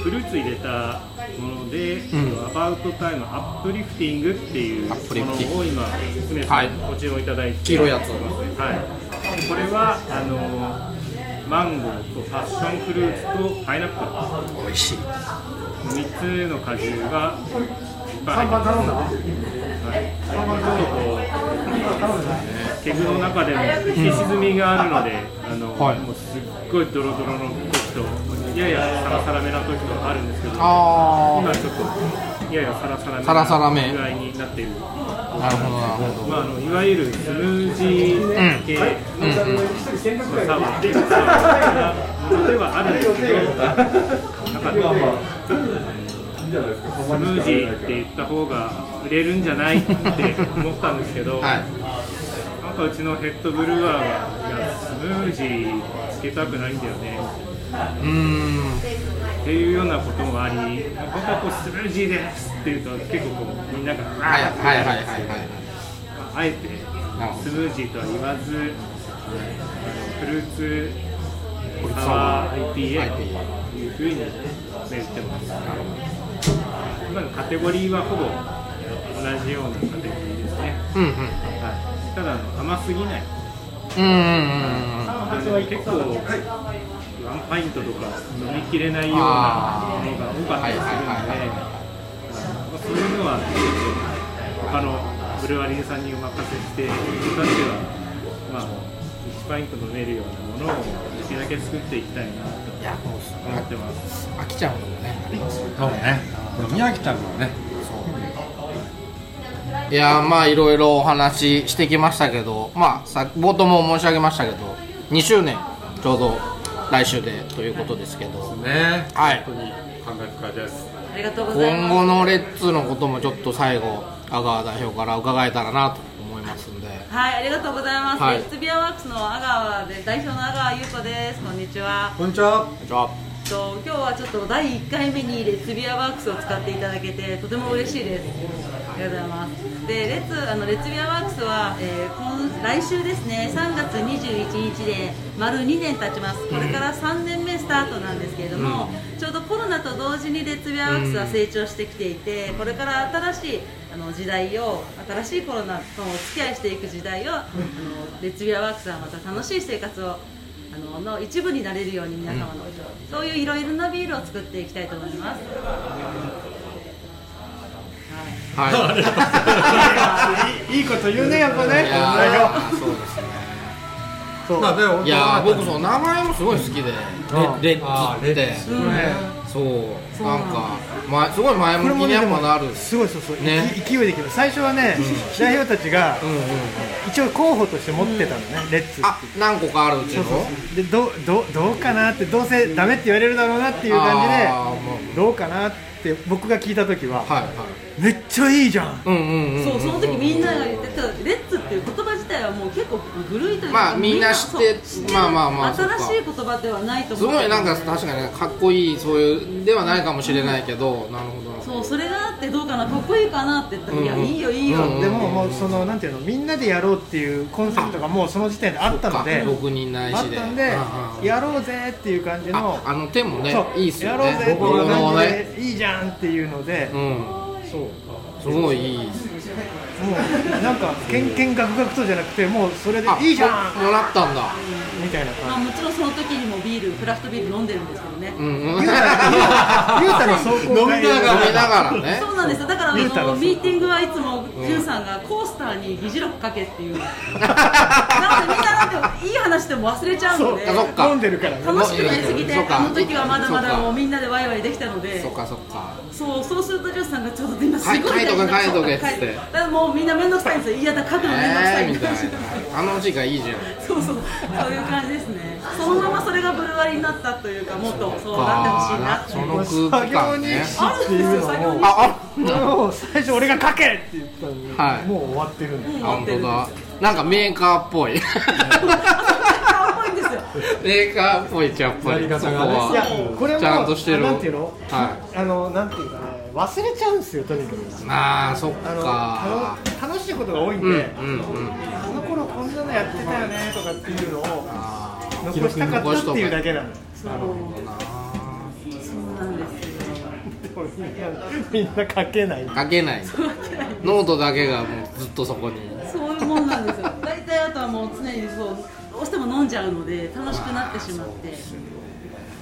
フルーツ入れたもので、んアバウトタイムアップリフティングっていうもアップリフティンのを今常はいさんご注文いただいて、黄色いやつはい、これはあのーマンゴーとパッションフルーツとパイナップ美味しいル3つの果汁がいっぱい入ってます頼んだねはい、ちょっとこう、ケグの中でも引き沈みがあるので、あの、はいもうすっごいドロドロの時と、ややサラサラめな時もあるんですけど、今あちょっと、ややサラサラめなサラサラめ具合になっている。あなるほどなるほどまあ、あのいわゆるスムージー系うんうんのサワーで、サワーなものではあるんですけど、なんかスムージーって言った方が売れるんじゃないって思ったんですけはいど、なんかうちのヘッドブルワーは、いやスムージーつけたくないんだよねうーんっていうようなこともあり、本当はこうスムージーですっていうと、結構こうみんなが、わはいーってはいはいはいはいあえてなるほスどムージーとは言わず、フルーツサワー IPA というふうに銘打ってます。今のカテゴリーはほぼ同じようなカテゴリーですね。うんうんはい、ただあの甘すぎない。うんうんうんうんあの結構ワンパイントとか飲みきれないようなあーものが多かったりするはいはいはいのではまあそういうのは結構他のブルワリーさんにお任せして僕たちはまあ1パイント飲めるようなものをできるだけ作っていきたいなといやもうす思ってます飽きちゃうのもねありますよねそうね飲み飽きちゃうのはねいやーまあいろいろお話ししてきましたけどまあさ冒頭も申し上げましたけど2周年ちょうど来週でということですけどねはい本当に感慨深いですありがとうございます今後のレッツのこともちょっと最後阿川代表から伺えたらなと思いますんではい、ありがとうございます。はいレッツビアワークスの阿川で代表の阿川優子です。こんにちは。こんにちはじゃあえっと今日はちょっと第1回目にレッツビアワークスを使っていただけてとても嬉しいです。ありがとうございます。で、レッツあのレッツビアワークスは、えー今来週ですね、3月21日で丸2年経ちます。これから3年目、スタートなんですけれども、ちょうどコロナと同時にレッツ・ビアワークスは成長してきていて、これから新しいあの時代を新しいコロナとお付き合いしていく時代を、あのレッツ・ビアワークスはまた楽しい生活をあのの一部になれるように皆様の、そういういろいろなビールを作っていきたいと思います。はいい いいこと言うねやっぱねいやーそうですねそうまあでもいやー僕その名前もすごい好きでレレあッーツってレッツそうななんんだかますごい前これ向きもにねやでっもぱなるすごいそうそう、ねい勢いできる最初はね、代表たちがうんうん一応候補として持ってたのね、レッツあ何個かあるうちそうのそうそうでどうどうどうかなってどうせダメって言われるだろうなっていう感あーもじでどうかなって僕が聞いた時は、はいはいめっちゃいいじゃんうんうんうんそうその時みんなが言ってたレッツっていう言葉自体はもう結構古いというかまあみんな知ってそうまあまあまあ新しいそっ言葉ではないとす思うごいなんか確かにねかっこいいそういうではないかもしれないけどなるほどなるほどそうそれがあってどうかなかっこいいかなって言ったら、いやいいよいいよ、うんうんでももうそのなんていうのみんなでやろうっていうコンセプトがもうその時点であったので6人ないあっしでたんでああやろうぜっていう感じのああの手もねそういいっすよやろうぜってねいう僕の感ねじでいいじゃんっていうのでう、んすごいいいですもうなんかけんけんがくがくとじゃなくてもうそれであいいじゃんももらったんだみたいな感まあ、もちろんその時にもビールクラフトビール飲んでるんですけどね、うんうんじ飲みゆうなたの走行会がらねそうなんですよだからあ見えたらのそうミーティングはいつもじゅんさんがコースターに議事録かけっ ていうなのでみんななんかいい話でも忘れちゃうのでそうか飲んでるからね楽しくなりすぎてそうかあの時はまだまそうだかもうみんなでワイワイできたのでそっかそっかそうそうするとジョーさんがちょっと今すごいはい書いとけ大変な書いとけっつって書いだからもうみんな面倒くさいんですよいやだ書くの面倒くさえいーみたいみたいなな楽しいからいいじゃんそうそうそういう感じですねそのままそれがブルワリになったというかもっとそうなってほしいなあってその空気感ねあるんですよ作業にあもう最初俺が書けって言ったのに、はいもう終わってるんだあ本当 だなんかメーカーっ ぽい重いんですよメーカーっぽいちゃっぽいやり方がねそこはいやこれもちゃんとしてるなんていうのはあのなんていうかね忘れちゃうんですよとにかくいまあそっあのかたの楽しいことが多いんで、うんうんうんあの頃こんなのやってたよねとかっていうのをあー残したかったっていうだけなのそうなんですよ みんな書けない書けないノートだけがもうずっとそこにそういうもんなんですよ大体あとはもう常にそうどうしても飲んじゃうので楽しくなってしまって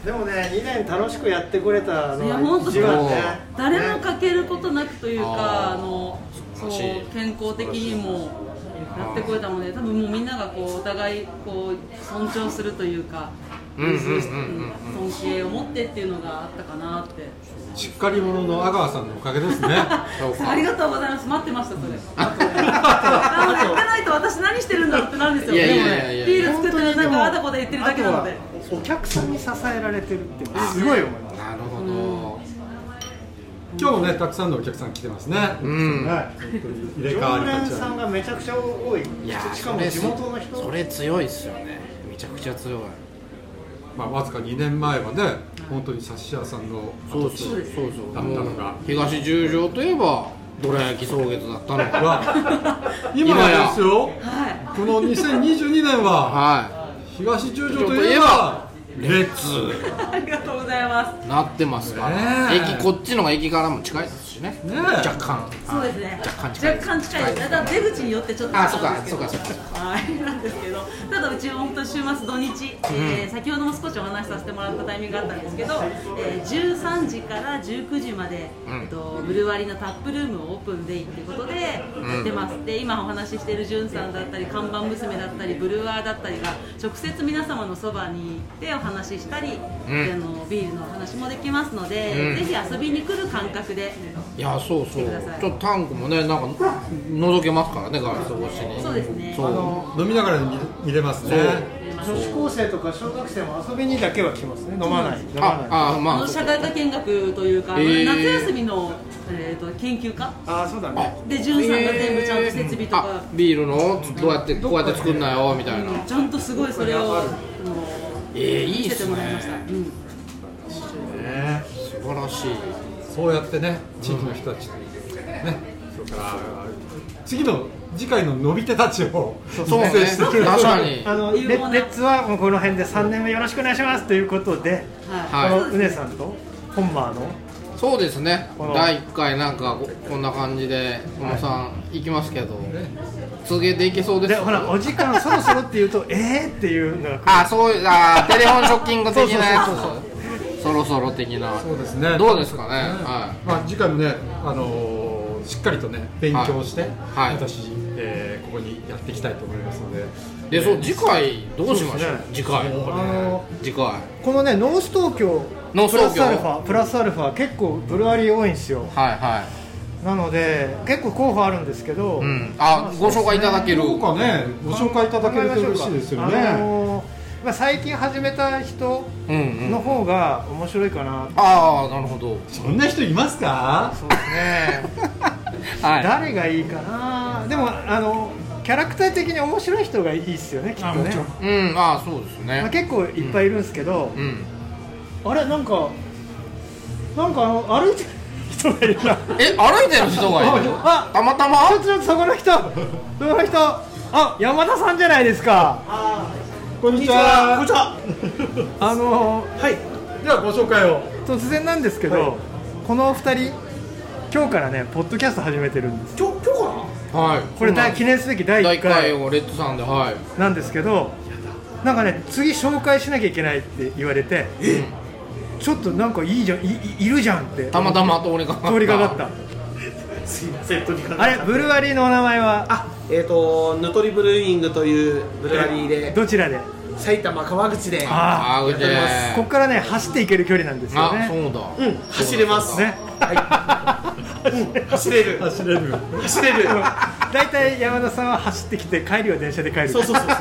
でもね2年楽しくやってくれたいのや本当一番ね誰も欠けることなくというか、あーあのそう素晴らしい健康的にもやってこれたので、多分もうみんながこうお互いこう尊重するというか、うんうんうんうん尊敬を持ってっていうのがあったかなって。しっかり者の阿川さんのおか げですねそうか ありがとうございます。待ってまし たそれ。あとの言ってないと私何してるんだろうってなるんですよ。いやいやでもねいやいやビール作本って当るになんでもかあだこで言ってるだけなので。あとはお客さんに支えられてるっていうのすごい思いますなるほど今日もねたくさんのお客さん来てますねうん本当に入れ替わ常り連立ちさん上がりがめちゃくちゃ多いいやしかもそれ地元の人それ強いっすよねめちゃくちゃ強いまあわずか2年前はね本当に差し屋さんのそうそうそうそうだったのが東十条といえばどら焼き草月だったのか は今やですよはこの2022年はは東十条といえばいレッツい。 ありがとうございます。なってますから、ねえ駅こっちのが駅からも近いですしねねえ若干そうですね。若干近い若干近いです。ただ出口によってちょっと違あそううかんですそけうかそど。うかそうかはい、なんですけど、ただうちは本当週末土日、えー先ほども少しお話しさせてもらったタイミングがあったんですけど、えー13時から19時まで、うんえっとブルワリのタップルームをオープンデイっていうことでやってます。で、今お話ししているじゅんさんだったり、看板娘だったり、ブルワーだったりが直接皆様のそばに行ってお話ししたり、うんであのビールのお話もできますので、うんぜひ遊びに来る感覚で。いやそうそう来てくださいちょっとタンクもねなんか覗けますからねガラス越しにそうですねそう飲みながら見見れますね女子高生とか小学生も遊びにだけは来ますね飲まない飲まないあああまのあ社会科見学というか、えー夏休みの、えー、と研究科ああそうだねで潤さんが全部ちゃんと設備とえーかあ、ビールのどうやってこうやって作んなよみたいな、うんちゃんとすごいそれをあのえー、いい見っせてすもらいました、ねうんね素晴らしいそうやってね地域の人たちとねから次の次回の伸び手たちをそうね育成してる確かにあのレレッツはもうこの辺で3年目よろしくお願いしますということで、はいこのうねさんと本間のそうですねこの第1回なんかここんな感じで小野さん行きますけど続けていけそうですでほらお時間そろそろって言うとえーっていうのが来るあそういうあーテレフォンショッキング的なやそうそうそうつそろそろ的なそうですねどうですかねははいいまあ、次回もね、あのーしっかりとね勉強して、はい私、えーここにやっていきたいと思いますのででそう次回どうしましょうそう次回そうあの次回このねノース東京ノースプラ東京スアルファプラスアルファ結構ブルワリー多いんですよはいはなので結構候補あるんですけど、いうんあご紹介いただけるどうかねご紹介いただけると嬉しいですよね、あのーまあ、最近始めた人うんうのん方が面白いかな、ああなるほどそんな人いますかそうですねはい誰がいいかなでもあのキャラクター的に面白い人がいいっすよねきっとね、うんああそうですまあ、ね結構いっぱいいるんですけど、うんあれなんかなんかあの歩いてる人がいるなえ歩いてる人がいるあたまたあまちょっとそこの人そこの人あ山田さんじゃないですかこんにちあこんはにちはあのはいではご紹介を突然なんですけど、このお二人今日からねポッドキャスト始めてるんです今日今日かはいこれ大記念すべき第第1 1回回をレッドさんではいなんですけどなんかね次紹介しなきゃいけないって言われてちょっとなんかいいじゃんいいいるじゃんってたまたま通りかかった通りかかったな すいませんとにかくあれブルワリーのお名前はあえっ、とヌトリブルーイングというブルワリーでどちらで埼玉川口であああうてあここからね走っていける距離なんですよあねそうだうん走れまそすうだね走れる走れる走れる 大体山田さんは走ってきて帰りは電車で帰るそうそうそうそう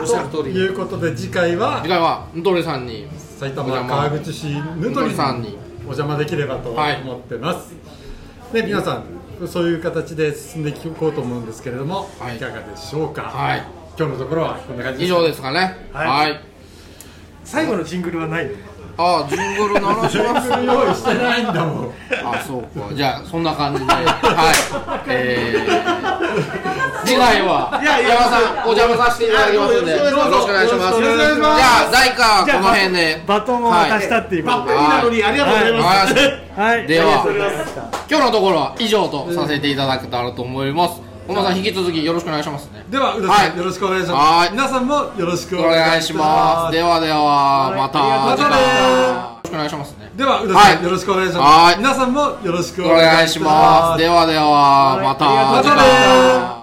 おっしゃると通りいうことで次回は次回はヌトリさんに埼玉川口市ヌトリさんにお邪魔できればと思ってます、で皆さんそういう形で進んでいこうと思うんですけれども、はいい、かがでしょうか、はい今日のところはこんな感じ以上ですかねははいい 最後のジングルはないのああジングル鳴らしジンまグ すル用意してないんだもんあそうかじゃあそんな感じではいえー、次回は山田さんお邪魔させていただきますんでよどうぞろしくお願いしますどうじぞよろしくお願いしますゃあ第1回はこの辺でバトンを渡したっていうことばっかりなのにありがとうございまはいわかす、りましたはいではありがとうございました今日のところは以上とさせていただけたらと思います小野さん引き続きよろしくお願いしますねでは宇田さん、はいよろしくお願いしまはすい皆さんもよろしくおお願願いいししまますすではではまたまたねよろしくお願いしますねでは宇田さん、はいよろしくお願いしますはい皆さんもよろしくおお願願いいししまますすではではまたまたね